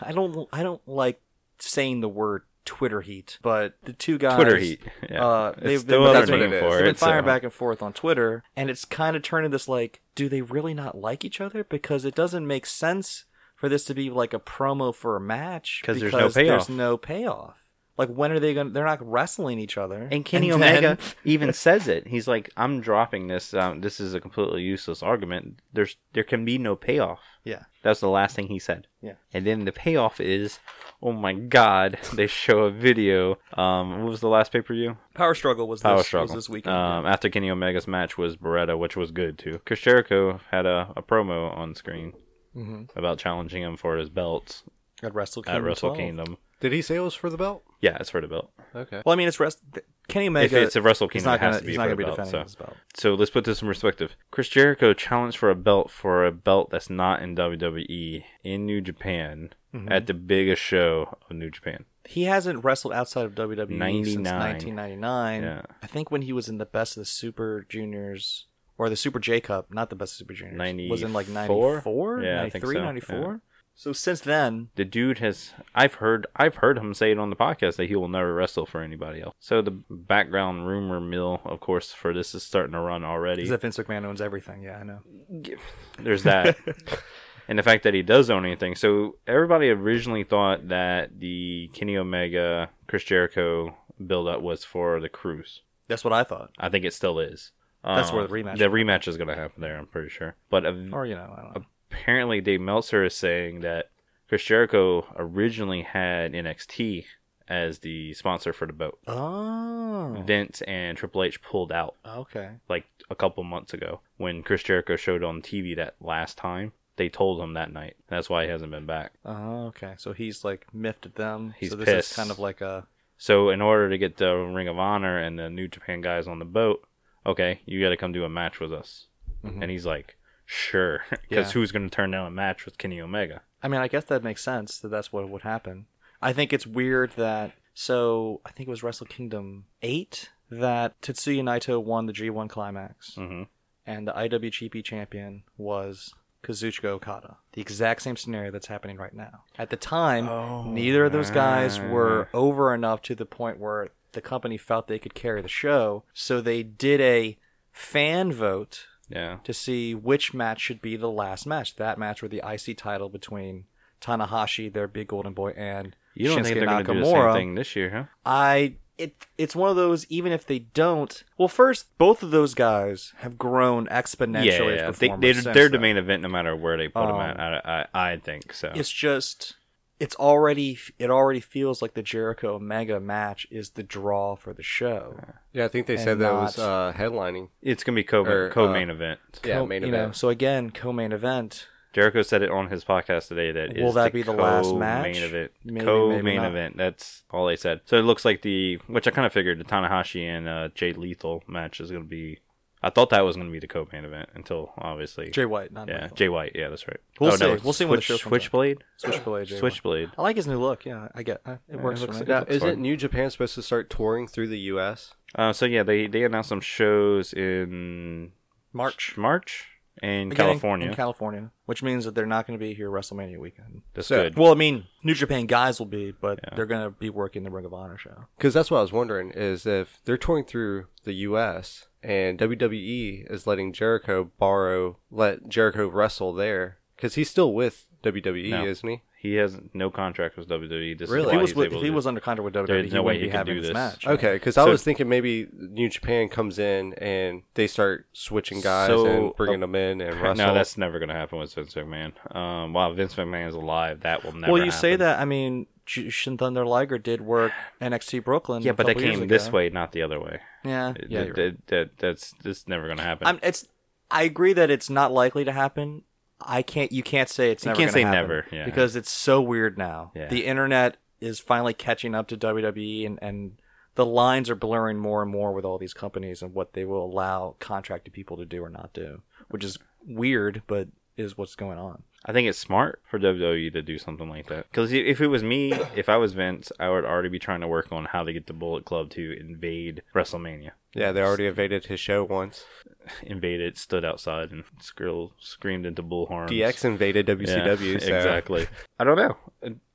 [SPEAKER 2] I don't. I don't like saying the word Twitter heat, but the two guys
[SPEAKER 1] Twitter heat. Yeah.
[SPEAKER 2] Uh,
[SPEAKER 1] It's
[SPEAKER 2] they've
[SPEAKER 1] still
[SPEAKER 2] been,
[SPEAKER 1] other
[SPEAKER 2] that's what
[SPEAKER 1] name
[SPEAKER 2] it is.
[SPEAKER 1] for
[SPEAKER 2] They've been
[SPEAKER 1] it, so-
[SPEAKER 2] firing back and forth on Twitter, and it's kind of turning this like, do they really not like each other? Because it doesn't make sense for this to be like a promo for a match
[SPEAKER 1] 'Cause there's no
[SPEAKER 2] because
[SPEAKER 1] payoff.
[SPEAKER 2] There's no payoff. Like, when are they going? to They're not wrestling each other.
[SPEAKER 1] And Kenny
[SPEAKER 2] then-
[SPEAKER 1] Omega even says it. He's like, "I'm dropping this. Um, this is a completely useless argument. There's there can be no payoff."
[SPEAKER 2] Yeah.
[SPEAKER 1] That's the last thing he said.
[SPEAKER 2] Yeah.
[SPEAKER 1] And then the payoff is, oh my god, they show a video. Um, what was the last pay per view?
[SPEAKER 2] Power struggle was
[SPEAKER 1] Power
[SPEAKER 2] this,
[SPEAKER 1] struggle.
[SPEAKER 2] was this weekend.
[SPEAKER 1] Um, after Kenny Omega's match was Beretta, which was good too. Chris Jericho had a, a promo on screen
[SPEAKER 2] hmm
[SPEAKER 1] about challenging him for his belt
[SPEAKER 2] At Wrestle
[SPEAKER 1] at
[SPEAKER 2] Kingdom.
[SPEAKER 1] Wrestle
[SPEAKER 2] 12.
[SPEAKER 1] Kingdom.
[SPEAKER 3] Did he say it was for the belt?
[SPEAKER 1] Yeah, it's for the belt.
[SPEAKER 3] Okay.
[SPEAKER 2] Well, I mean, it's rest. Kenny Omega.
[SPEAKER 1] if it's a Wrestle
[SPEAKER 2] he's
[SPEAKER 1] Kingdom,
[SPEAKER 2] not
[SPEAKER 1] it has
[SPEAKER 2] gonna,
[SPEAKER 1] to be
[SPEAKER 2] he's
[SPEAKER 1] for
[SPEAKER 2] not
[SPEAKER 1] the
[SPEAKER 2] gonna be
[SPEAKER 1] belt.
[SPEAKER 2] defending
[SPEAKER 1] so.
[SPEAKER 2] his belt.
[SPEAKER 1] So let's put this in perspective. Chris Jericho challenged for a belt for a belt that's not in WWE in New Japan at the biggest show of New Japan.
[SPEAKER 2] He hasn't wrestled outside of WWE since
[SPEAKER 1] 99.
[SPEAKER 2] 1999.
[SPEAKER 1] Yeah.
[SPEAKER 2] I think when he was in the Best of the Super Juniors or the Super J Cup, not the Best of Super Juniors, was in like
[SPEAKER 1] 94?
[SPEAKER 2] 94,
[SPEAKER 1] Yeah, I think
[SPEAKER 2] 93,
[SPEAKER 1] so,
[SPEAKER 2] 94.
[SPEAKER 1] yeah.
[SPEAKER 2] So since then,
[SPEAKER 1] The dude has I've heard I've heard him say it on the podcast that he will never wrestle for anybody else. So the background rumor mill, of course, for this is starting to run already.
[SPEAKER 2] is that Vince McMahon owns everything? Yeah, I know.
[SPEAKER 1] There's that. and the fact that he does own anything. So everybody originally thought that the Kenny Omega Chris Jericho build up was for the cruise.
[SPEAKER 2] That's what I thought.
[SPEAKER 1] I think it still is.
[SPEAKER 2] That's
[SPEAKER 1] Um,
[SPEAKER 2] where the rematch-
[SPEAKER 1] The rematch is going to happen there, I'm pretty sure. But a-
[SPEAKER 2] Or you know, I don't know.
[SPEAKER 1] apparently, Dave Meltzer is saying that Chris Jericho originally had NXT as the sponsor for the boat.
[SPEAKER 2] Oh,
[SPEAKER 1] Vince and Triple H pulled out
[SPEAKER 2] okay.
[SPEAKER 1] like a couple months ago when Chris Jericho showed on TV that last time. They told him that night. That's why he hasn't been back.
[SPEAKER 2] Oh, okay. So he's like miffed at them.
[SPEAKER 1] He's
[SPEAKER 2] so this
[SPEAKER 1] pissed.
[SPEAKER 2] is kind of like a
[SPEAKER 1] So in order to get the Ring of Honor and the New Japan guys on the boat, okay, you got to come do a match with us.
[SPEAKER 2] Mhm.
[SPEAKER 1] And he's like, sure, because
[SPEAKER 2] Yeah.
[SPEAKER 1] who's going to turn down a match with Kenny Omega?
[SPEAKER 2] I mean, I guess that makes sense that that's what would happen. I think it's weird that so I think it was Wrestle Kingdom eight that Tetsuya Naito won the G one climax,
[SPEAKER 1] hmm
[SPEAKER 2] and the IWGP champion was Kazuchika Okada. The exact same scenario that's happening right now. At the time, neither of those guys were over enough to the point where the company felt they could carry the show, so they did a fan vote
[SPEAKER 1] Yeah,
[SPEAKER 2] to see which match should be the last match. That match with the IC title between Tanahashi, their big golden boy, and
[SPEAKER 1] you don't
[SPEAKER 2] Shinsuke
[SPEAKER 1] think they're going to do the
[SPEAKER 2] Nakamura.
[SPEAKER 1] same thing this year, huh?
[SPEAKER 2] I it it's one of those. Even if they don't, well, first both of those guys have grown exponentially.
[SPEAKER 1] yeah, yeah.
[SPEAKER 2] as
[SPEAKER 1] They,
[SPEAKER 2] performers
[SPEAKER 1] they,
[SPEAKER 2] since
[SPEAKER 1] they're the
[SPEAKER 2] then.
[SPEAKER 1] main event no matter where they put them
[SPEAKER 2] Um,
[SPEAKER 1] at. I, I, I think so.
[SPEAKER 2] It's just it's already it already feels like the Jericho Omega match is the draw for the show.
[SPEAKER 3] Yeah, I think they
[SPEAKER 2] And
[SPEAKER 3] said that was uh,
[SPEAKER 2] not-
[SPEAKER 3] headlining.
[SPEAKER 1] It's going to be co
[SPEAKER 2] uh,
[SPEAKER 3] Or,
[SPEAKER 1] co main event.
[SPEAKER 3] Yeah, main
[SPEAKER 2] you Know,
[SPEAKER 3] event.
[SPEAKER 2] so again, co-main event.
[SPEAKER 1] Jericho said it on his podcast today that
[SPEAKER 2] Will
[SPEAKER 1] is
[SPEAKER 2] that be the last match?
[SPEAKER 1] main event
[SPEAKER 2] Maybe,
[SPEAKER 1] co
[SPEAKER 2] maybe
[SPEAKER 1] main
[SPEAKER 2] not.
[SPEAKER 1] event that's all they said so it looks like the which I kind of figured the Tanahashi and uh, Jay Lethal match is going to be I thought that was going to be the co main event until obviously
[SPEAKER 2] Jay White, not
[SPEAKER 1] yeah
[SPEAKER 2] Michael.
[SPEAKER 1] Jay White yeah that's right Oh,
[SPEAKER 2] We'll
[SPEAKER 1] no,
[SPEAKER 2] see. We'll see when the show comes out.
[SPEAKER 1] Switchblade
[SPEAKER 2] Switchblade. Jay White.
[SPEAKER 1] Switchblade
[SPEAKER 2] I like his new look. Yeah, I get uh, it works.
[SPEAKER 1] looks
[SPEAKER 2] for
[SPEAKER 1] like-
[SPEAKER 2] me.
[SPEAKER 3] Now,
[SPEAKER 1] That's
[SPEAKER 3] isn't
[SPEAKER 1] fine.
[SPEAKER 3] New Japan supposed to start touring through the U.S.?
[SPEAKER 1] uh, so yeah they they announced some shows in
[SPEAKER 2] March.
[SPEAKER 1] March in
[SPEAKER 2] Again,
[SPEAKER 1] California
[SPEAKER 2] In California, which means that they're not going to be here WrestleMania weekend.
[SPEAKER 1] that's
[SPEAKER 3] So-
[SPEAKER 1] good
[SPEAKER 2] Well, I mean, New Japan guys will be, but they're going to be working the Ring of Honor show.
[SPEAKER 3] Because that's what I was wondering is if they're touring through the U.S. and WWE is letting Jericho borrow, let Jericho wrestle there because he's still with WWE,
[SPEAKER 1] No.
[SPEAKER 3] isn't he?
[SPEAKER 1] he has no contract with WWE this
[SPEAKER 3] Really?
[SPEAKER 1] is
[SPEAKER 2] If
[SPEAKER 1] why
[SPEAKER 2] he was
[SPEAKER 1] he's
[SPEAKER 2] with,
[SPEAKER 1] able
[SPEAKER 2] if he
[SPEAKER 1] to-
[SPEAKER 2] was under contract with E, WWE,
[SPEAKER 1] There's
[SPEAKER 2] he
[SPEAKER 1] no way
[SPEAKER 2] wouldn't
[SPEAKER 1] he
[SPEAKER 2] be
[SPEAKER 1] can
[SPEAKER 2] having
[SPEAKER 1] do
[SPEAKER 2] this
[SPEAKER 1] this.
[SPEAKER 2] match.
[SPEAKER 3] Okay, because I
[SPEAKER 1] So-
[SPEAKER 3] was thinking maybe New Japan comes in and they start switching guys
[SPEAKER 1] So-
[SPEAKER 3] and bringing them in and wrestle.
[SPEAKER 1] No, that's never going to happen with Vince McMahon. Um, while Vince McMahon is alive, that will never.
[SPEAKER 2] Well, you say
[SPEAKER 1] happen.
[SPEAKER 2] that. I mean, Shin Thunder Liger did work NXT Brooklyn.
[SPEAKER 1] Yeah,
[SPEAKER 2] a
[SPEAKER 1] but that
[SPEAKER 2] couple years
[SPEAKER 1] came this
[SPEAKER 2] ago.
[SPEAKER 1] way, not the other way.
[SPEAKER 2] Yeah, yeah.
[SPEAKER 1] That-
[SPEAKER 2] you're right.
[SPEAKER 1] that- that- that's that's never going to happen.
[SPEAKER 2] I'm, it's. I agree that it's not likely to happen. I can't. You can't say it's.
[SPEAKER 1] You
[SPEAKER 2] never
[SPEAKER 1] can't
[SPEAKER 2] gonna
[SPEAKER 1] say
[SPEAKER 2] happen
[SPEAKER 1] never, yeah.
[SPEAKER 2] Because it's so weird now.
[SPEAKER 1] Yeah.
[SPEAKER 2] The internet is finally catching up to WWE, and and the lines are blurring more and more with all these companies and what they will allow contracted people to do or not do, which is weird, but is what's going on.
[SPEAKER 1] I think it's smart for WWE to do something like that. Because if it was me, if I was Vince, I would already be trying to work on how to get the Bullet Club to invade WrestleMania.
[SPEAKER 3] yeah, they already invaded his show once.
[SPEAKER 1] Invade it, stood outside, and scrill, screamed into bullhorns.
[SPEAKER 3] DX invaded WCW.
[SPEAKER 1] Yeah,
[SPEAKER 3] so.
[SPEAKER 1] Exactly. I don't know.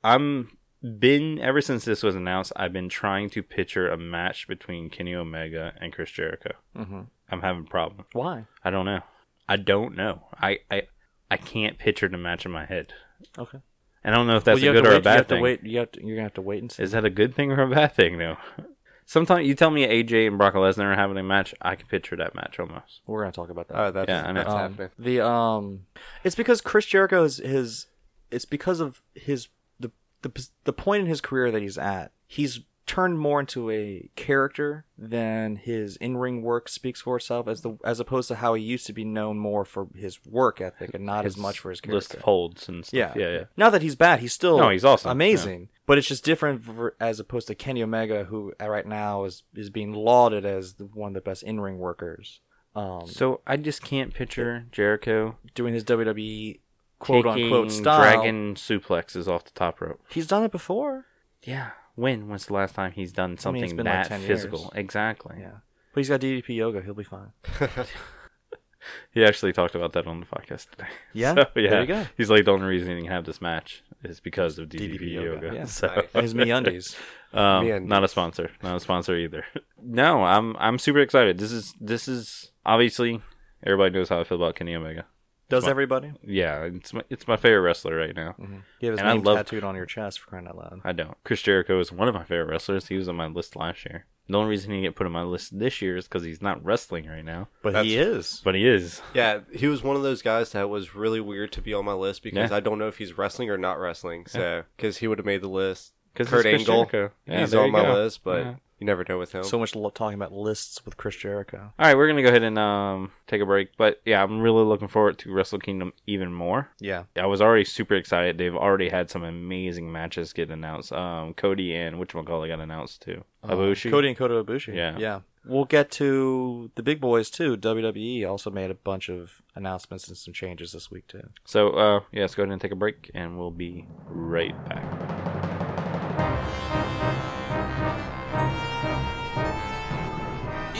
[SPEAKER 1] I'm been ever since this was announced. I've been trying to picture a match between Kenny Omega and Chris Jericho.
[SPEAKER 2] Mm-hmm.
[SPEAKER 1] I'm having a problem.
[SPEAKER 2] Why?
[SPEAKER 1] I don't know. I don't know. I I I can't picture the match in my head.
[SPEAKER 2] Okay.
[SPEAKER 1] And I don't know if that's
[SPEAKER 2] Well, you
[SPEAKER 1] a
[SPEAKER 2] have
[SPEAKER 1] good
[SPEAKER 2] to
[SPEAKER 1] or
[SPEAKER 2] wait,
[SPEAKER 1] a bad
[SPEAKER 2] you have
[SPEAKER 1] thing.
[SPEAKER 2] To wait, you have to, you're gonna have to wait and see.
[SPEAKER 1] Is that a good thing or a bad thing, though? Sometimes you tell me AJ and Brock Lesnar are having a match, I can picture that match almost.
[SPEAKER 2] We're gonna talk about that.
[SPEAKER 3] Oh, that's,
[SPEAKER 1] Yeah, I know.
[SPEAKER 3] that's
[SPEAKER 1] Um,
[SPEAKER 3] happening.
[SPEAKER 2] The um, it's because Chris Jericho is his. It's because of his the the pos- the point in his career that he's at. He's turned more into a character than his in ring work speaks for itself, as the as opposed to how he used to be known more for his work ethic and not as much for his character.
[SPEAKER 1] List of holds and
[SPEAKER 2] Yeah,
[SPEAKER 1] stuff. Yeah, yeah.
[SPEAKER 2] Not that he's bad, he's still
[SPEAKER 1] No, he's awesome,
[SPEAKER 2] amazing. But it's just different ver- as opposed to Kenny Omega, who uh, right now is is being lauded as the, one of the best in ring workers. Um,
[SPEAKER 1] So I just can't picture Jericho
[SPEAKER 2] doing his WWE quote
[SPEAKER 1] taking
[SPEAKER 2] unquote style.
[SPEAKER 1] dragon suplexes off the top rope.
[SPEAKER 2] He's done it before.
[SPEAKER 1] Yeah. When was the last time he's done something
[SPEAKER 2] been
[SPEAKER 1] that
[SPEAKER 2] like 10
[SPEAKER 1] physical?
[SPEAKER 2] years.
[SPEAKER 1] Exactly.
[SPEAKER 2] Yeah. But he's got DDP yoga. He'll be fine.
[SPEAKER 1] He actually talked about that on the podcast today.
[SPEAKER 2] Yeah?
[SPEAKER 1] So, yeah.
[SPEAKER 2] There you go.
[SPEAKER 1] He's like the only reason he can have this match is because of DDP,
[SPEAKER 2] DDP yoga.
[SPEAKER 1] yoga.
[SPEAKER 2] Yeah.
[SPEAKER 1] So-
[SPEAKER 2] And his me undies.
[SPEAKER 1] Um,
[SPEAKER 3] Man.
[SPEAKER 1] not a sponsor, not a sponsor either. no, I'm I'm super excited. This is this is obviously everybody knows how I feel about Kenny Omega.
[SPEAKER 2] Does
[SPEAKER 1] Smart.
[SPEAKER 2] everybody?
[SPEAKER 1] Yeah, it's my it's my favorite wrestler right now.
[SPEAKER 2] You have his
[SPEAKER 1] Mm-hmm. And I
[SPEAKER 2] name
[SPEAKER 1] love-
[SPEAKER 2] tattooed on your chest for crying out loud.
[SPEAKER 1] I don't. Chris Jericho is one of my favorite wrestlers. He was on my list last year. The only reason he didn't get put on my list this year is because he's not wrestling right now,
[SPEAKER 2] But he is.
[SPEAKER 1] but he is.
[SPEAKER 3] Yeah, he was one of those guys that was really weird to be on my list because I don't know if he's wrestling or not wrestling. So, because he would have made the list.
[SPEAKER 1] 'Cause
[SPEAKER 3] Kurt
[SPEAKER 1] it's Chris
[SPEAKER 3] Angle,
[SPEAKER 1] Jericho. Yeah,
[SPEAKER 3] he's
[SPEAKER 1] there
[SPEAKER 3] on
[SPEAKER 1] you
[SPEAKER 3] my
[SPEAKER 1] go.
[SPEAKER 3] list, but
[SPEAKER 1] Yeah.
[SPEAKER 3] you never know with him.
[SPEAKER 2] So much lo- talking about lists with Chris Jericho.
[SPEAKER 1] All right, we're gonna go ahead and um take a break. But yeah, I'm really looking forward to Wrestle Kingdom even more.
[SPEAKER 2] Yeah.
[SPEAKER 1] I was already super excited. They've already had some amazing matches get announced. Um, Cody and whatchamacallit got announced too. Ibushi.
[SPEAKER 2] Uh-huh. Cody and Kota Ibushi.
[SPEAKER 1] Yeah.
[SPEAKER 2] Yeah. We'll get to the big boys too. WWE also made a bunch of announcements and some changes this week too.
[SPEAKER 1] So uh, yeah, let's go ahead and take a break, and we'll be right back.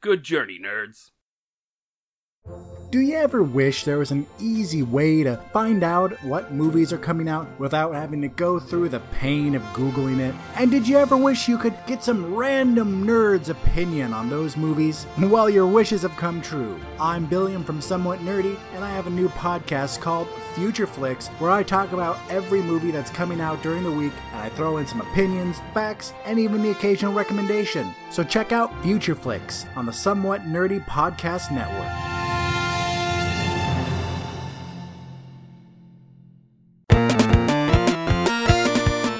[SPEAKER 4] Good journey, nerds.
[SPEAKER 5] Do you ever wish there was an easy way to find out what movies are coming out without having to go through the pain of Googling it? And did you ever wish you could get some random nerd's opinion on those movies? Well, your wishes have come true. I'm Billiam from Somewhat Nerdy, and I have a new podcast called Future Flicks where I talk about every movie that's coming out during the week and I throw in some opinions, facts, and even the occasional recommendation. So check out Future Flicks on the Somewhat Nerdy Podcast Network.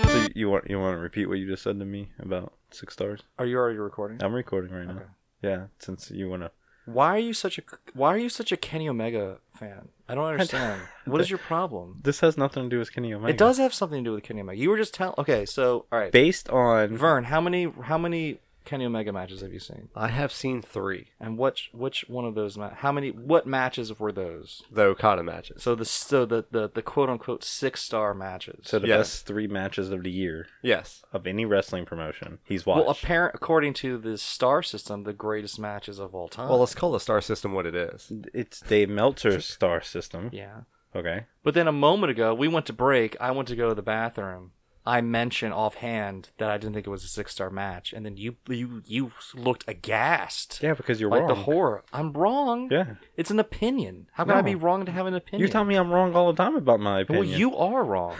[SPEAKER 1] So you want you want to repeat what you just said to me about six stars?
[SPEAKER 2] Are you already recording?
[SPEAKER 1] I'm recording right now. Yeah, since you want to.
[SPEAKER 2] Why are you such a Why are you such a Kenny Omega fan? I don't understand. what is your problem?
[SPEAKER 1] This has nothing to do with Kenny Omega.
[SPEAKER 2] It does have something to do with Kenny Omega. You were just telling. Okay, so all right,
[SPEAKER 1] Based on
[SPEAKER 2] Vern, how many how many Kenny Omega matches have you seen?
[SPEAKER 3] I have seen three,
[SPEAKER 2] And which which one of those ma- how many what matches were those?
[SPEAKER 3] though, Kata matches.
[SPEAKER 2] So the so the the, the quote unquote six star matches.
[SPEAKER 1] so the
[SPEAKER 3] Yes.
[SPEAKER 1] best three matches of the year
[SPEAKER 3] Yes.
[SPEAKER 1] of any wrestling promotion he's watched.
[SPEAKER 2] well, apparent according to the star system, the greatest matches of all time.
[SPEAKER 3] Well, let's call the star system what it is.
[SPEAKER 1] it's Dave Meltzer's star system.
[SPEAKER 2] yeah.
[SPEAKER 1] Okay.
[SPEAKER 2] But then a moment ago, we went to break. I went to go to the bathroom. I mentioned offhand that I didn't think it was a six star match, and then you you you looked aghast.
[SPEAKER 1] Yeah, because you're
[SPEAKER 2] like
[SPEAKER 1] wrong.
[SPEAKER 2] the horror. I'm wrong.
[SPEAKER 1] Yeah.
[SPEAKER 2] it's an opinion. How can I
[SPEAKER 1] No.
[SPEAKER 2] be wrong to have an opinion?
[SPEAKER 1] You tell me I'm wrong all the time about my
[SPEAKER 2] Well,
[SPEAKER 1] opinion.
[SPEAKER 2] you are wrong.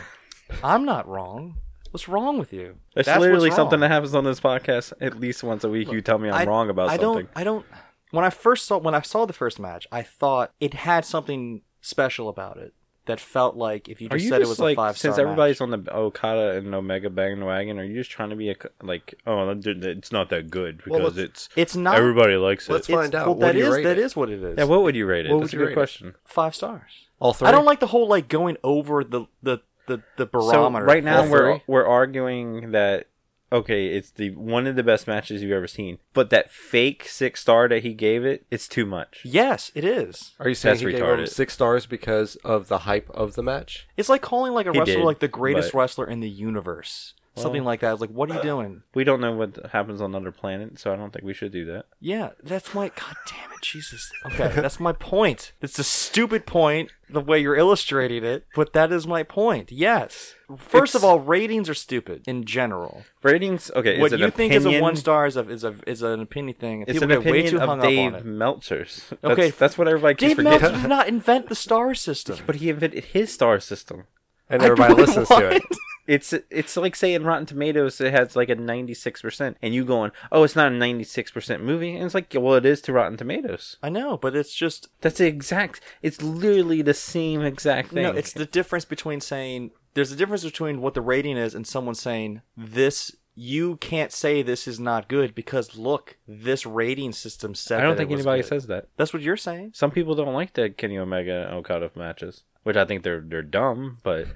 [SPEAKER 2] I'm not wrong. What's wrong with you?
[SPEAKER 1] It's
[SPEAKER 2] That's
[SPEAKER 1] literally
[SPEAKER 2] what's
[SPEAKER 1] something
[SPEAKER 2] wrong.
[SPEAKER 1] that happens on this podcast at least once a week. You tell me I'm
[SPEAKER 2] I-
[SPEAKER 1] wrong about
[SPEAKER 2] I
[SPEAKER 1] something.
[SPEAKER 2] don't. I don't. When I first saw when I saw the first match, I thought it had something special about it that felt like if you
[SPEAKER 1] Are
[SPEAKER 2] just
[SPEAKER 1] you
[SPEAKER 2] said
[SPEAKER 1] just
[SPEAKER 2] it was
[SPEAKER 1] like
[SPEAKER 2] a five star.
[SPEAKER 1] since everybody's on the Okada and Omega bandwagon? Are you just trying to be a, c- like oh that- that- it's not that good
[SPEAKER 3] Well,
[SPEAKER 1] because
[SPEAKER 3] let's-
[SPEAKER 1] it's
[SPEAKER 2] it's not.
[SPEAKER 1] everybody likes
[SPEAKER 3] let's
[SPEAKER 1] it?
[SPEAKER 3] find out.
[SPEAKER 2] Well,
[SPEAKER 3] What
[SPEAKER 2] that
[SPEAKER 3] do you
[SPEAKER 2] is
[SPEAKER 3] rate
[SPEAKER 2] that
[SPEAKER 3] it?
[SPEAKER 2] is what it is.
[SPEAKER 1] Yeah, what would you rate it?
[SPEAKER 3] What would
[SPEAKER 1] That's a
[SPEAKER 3] you
[SPEAKER 1] good
[SPEAKER 3] rate it?
[SPEAKER 1] question.
[SPEAKER 2] Five stars.
[SPEAKER 3] All three.
[SPEAKER 2] I don't like the whole like going over the the the,
[SPEAKER 1] So
[SPEAKER 2] the barometer.
[SPEAKER 1] right now
[SPEAKER 3] All
[SPEAKER 1] we're
[SPEAKER 3] three?
[SPEAKER 1] we're arguing that okay, it's the one of the best matches you've ever seen. But that fake six star that he gave it, it's too much.
[SPEAKER 2] Yes, it is.
[SPEAKER 3] Are you saying
[SPEAKER 1] That's
[SPEAKER 3] he gave him
[SPEAKER 1] retarded.
[SPEAKER 3] six stars because of the hype of the match?
[SPEAKER 2] It's like calling like a
[SPEAKER 1] He
[SPEAKER 2] wrestler
[SPEAKER 1] did,
[SPEAKER 2] like the greatest
[SPEAKER 1] but-
[SPEAKER 2] wrestler in the universe. Something like that. It's like, what are you doing?
[SPEAKER 1] We don't know what happens on other planets, so I don't think we should do that.
[SPEAKER 2] Yeah, that's my god damn it, Jesus. Okay, that's my point. It's a stupid point, the way you're illustrating it, but that is my point. Yes. First of all, ratings are stupid in general.
[SPEAKER 1] Ratings. Okay,
[SPEAKER 2] what
[SPEAKER 1] is it
[SPEAKER 2] you think is a
[SPEAKER 1] opinion-
[SPEAKER 2] one star is a, is a is an opinion thing. and
[SPEAKER 1] It's
[SPEAKER 2] People
[SPEAKER 1] an
[SPEAKER 2] get way
[SPEAKER 1] opinion
[SPEAKER 2] too hung
[SPEAKER 1] of
[SPEAKER 2] up on
[SPEAKER 1] Dave
[SPEAKER 2] it.
[SPEAKER 1] Meltzer's. That's,
[SPEAKER 2] Okay,
[SPEAKER 1] okay, that's what everybody keeps
[SPEAKER 2] Dave
[SPEAKER 1] forgetting.
[SPEAKER 2] Meltzer did not invent the star system.
[SPEAKER 1] But he invented his star system.
[SPEAKER 3] And everybody listens to it.
[SPEAKER 1] It's it's like saying Rotten Tomatoes it has like a ninety six percent, and you going, oh, it's not a ninety six percent movie, and it's like, well, it is to Rotten Tomatoes.
[SPEAKER 2] I know, but it's just
[SPEAKER 1] That's the exact. It's literally the same exact thing.
[SPEAKER 2] No, it's the difference between saying there's a difference between what the rating is and someone saying this. You can't say this is not good because look, this rating system said.
[SPEAKER 1] I don't
[SPEAKER 2] that
[SPEAKER 1] think
[SPEAKER 2] it was
[SPEAKER 1] anybody
[SPEAKER 2] good.
[SPEAKER 1] says that.
[SPEAKER 2] That's what you're saying.
[SPEAKER 1] Some people don't like the Kenny Omega and Okada matches, which I think they're they're dumb. But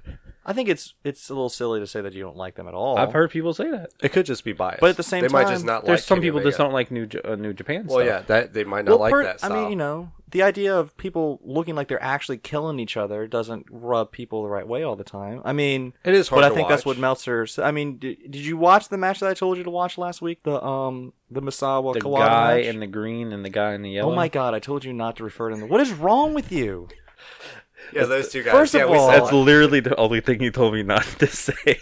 [SPEAKER 2] I think it's it's a little silly to say that you don't like them at all.
[SPEAKER 1] I've heard people say that.
[SPEAKER 3] It could just be biased.
[SPEAKER 2] But at the same
[SPEAKER 3] they might just
[SPEAKER 2] time,
[SPEAKER 3] not like
[SPEAKER 1] There's some
[SPEAKER 3] Kenny
[SPEAKER 1] people just
[SPEAKER 3] Omega.
[SPEAKER 1] don't like New J- uh, New Japan.
[SPEAKER 3] Well,
[SPEAKER 1] stuff.
[SPEAKER 3] yeah, that they might not like
[SPEAKER 2] per-
[SPEAKER 3] that.
[SPEAKER 2] I
[SPEAKER 3] Style.
[SPEAKER 2] mean, you know, the idea of people looking like they're actually killing each other doesn't rub people the right way all the time. I mean,
[SPEAKER 3] It is hard
[SPEAKER 2] but I
[SPEAKER 3] to
[SPEAKER 2] think that's what
[SPEAKER 3] watch.
[SPEAKER 2] Meltzer. said. I mean, did, did you watch the match that I told you to watch last week? The um the Misawa
[SPEAKER 1] the
[SPEAKER 2] Kawada
[SPEAKER 1] guy
[SPEAKER 2] match?
[SPEAKER 1] in the green and the guy in the yellow.
[SPEAKER 2] Oh my god, I told you not to refer to them. What is wrong with you?
[SPEAKER 3] yeah, those two guys.
[SPEAKER 2] First
[SPEAKER 3] yeah,
[SPEAKER 2] of
[SPEAKER 3] we
[SPEAKER 2] all-
[SPEAKER 3] said-
[SPEAKER 1] That's literally the only thing he told me not to say.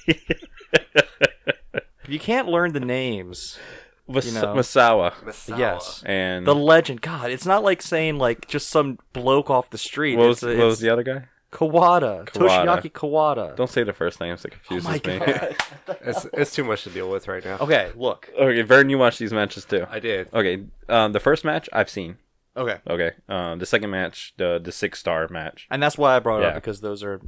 [SPEAKER 2] You can't learn the names.
[SPEAKER 1] Mas-
[SPEAKER 2] You know.
[SPEAKER 1] Masawa
[SPEAKER 3] Misawa.
[SPEAKER 2] Yes.
[SPEAKER 1] and
[SPEAKER 2] The legend. God, it's not like saying like just some bloke off the street.
[SPEAKER 1] what was,
[SPEAKER 2] it's, a-
[SPEAKER 1] what was
[SPEAKER 2] it's
[SPEAKER 1] the other guy?
[SPEAKER 2] Kawada,
[SPEAKER 1] Kawada.
[SPEAKER 2] Toshiaki Kawada.
[SPEAKER 1] Don't say the first names; it confuses
[SPEAKER 2] Oh my
[SPEAKER 1] me.
[SPEAKER 2] God.
[SPEAKER 3] It's, it's too much to deal with right now.
[SPEAKER 2] Okay, look.
[SPEAKER 1] okay, Vern, you watched these matches too.
[SPEAKER 3] I did.
[SPEAKER 1] Okay, um, the first match I've seen.
[SPEAKER 2] Okay.
[SPEAKER 1] Okay, um, the second match, the the six star match.
[SPEAKER 2] And that's why I brought it up
[SPEAKER 1] Yeah.
[SPEAKER 2] because those are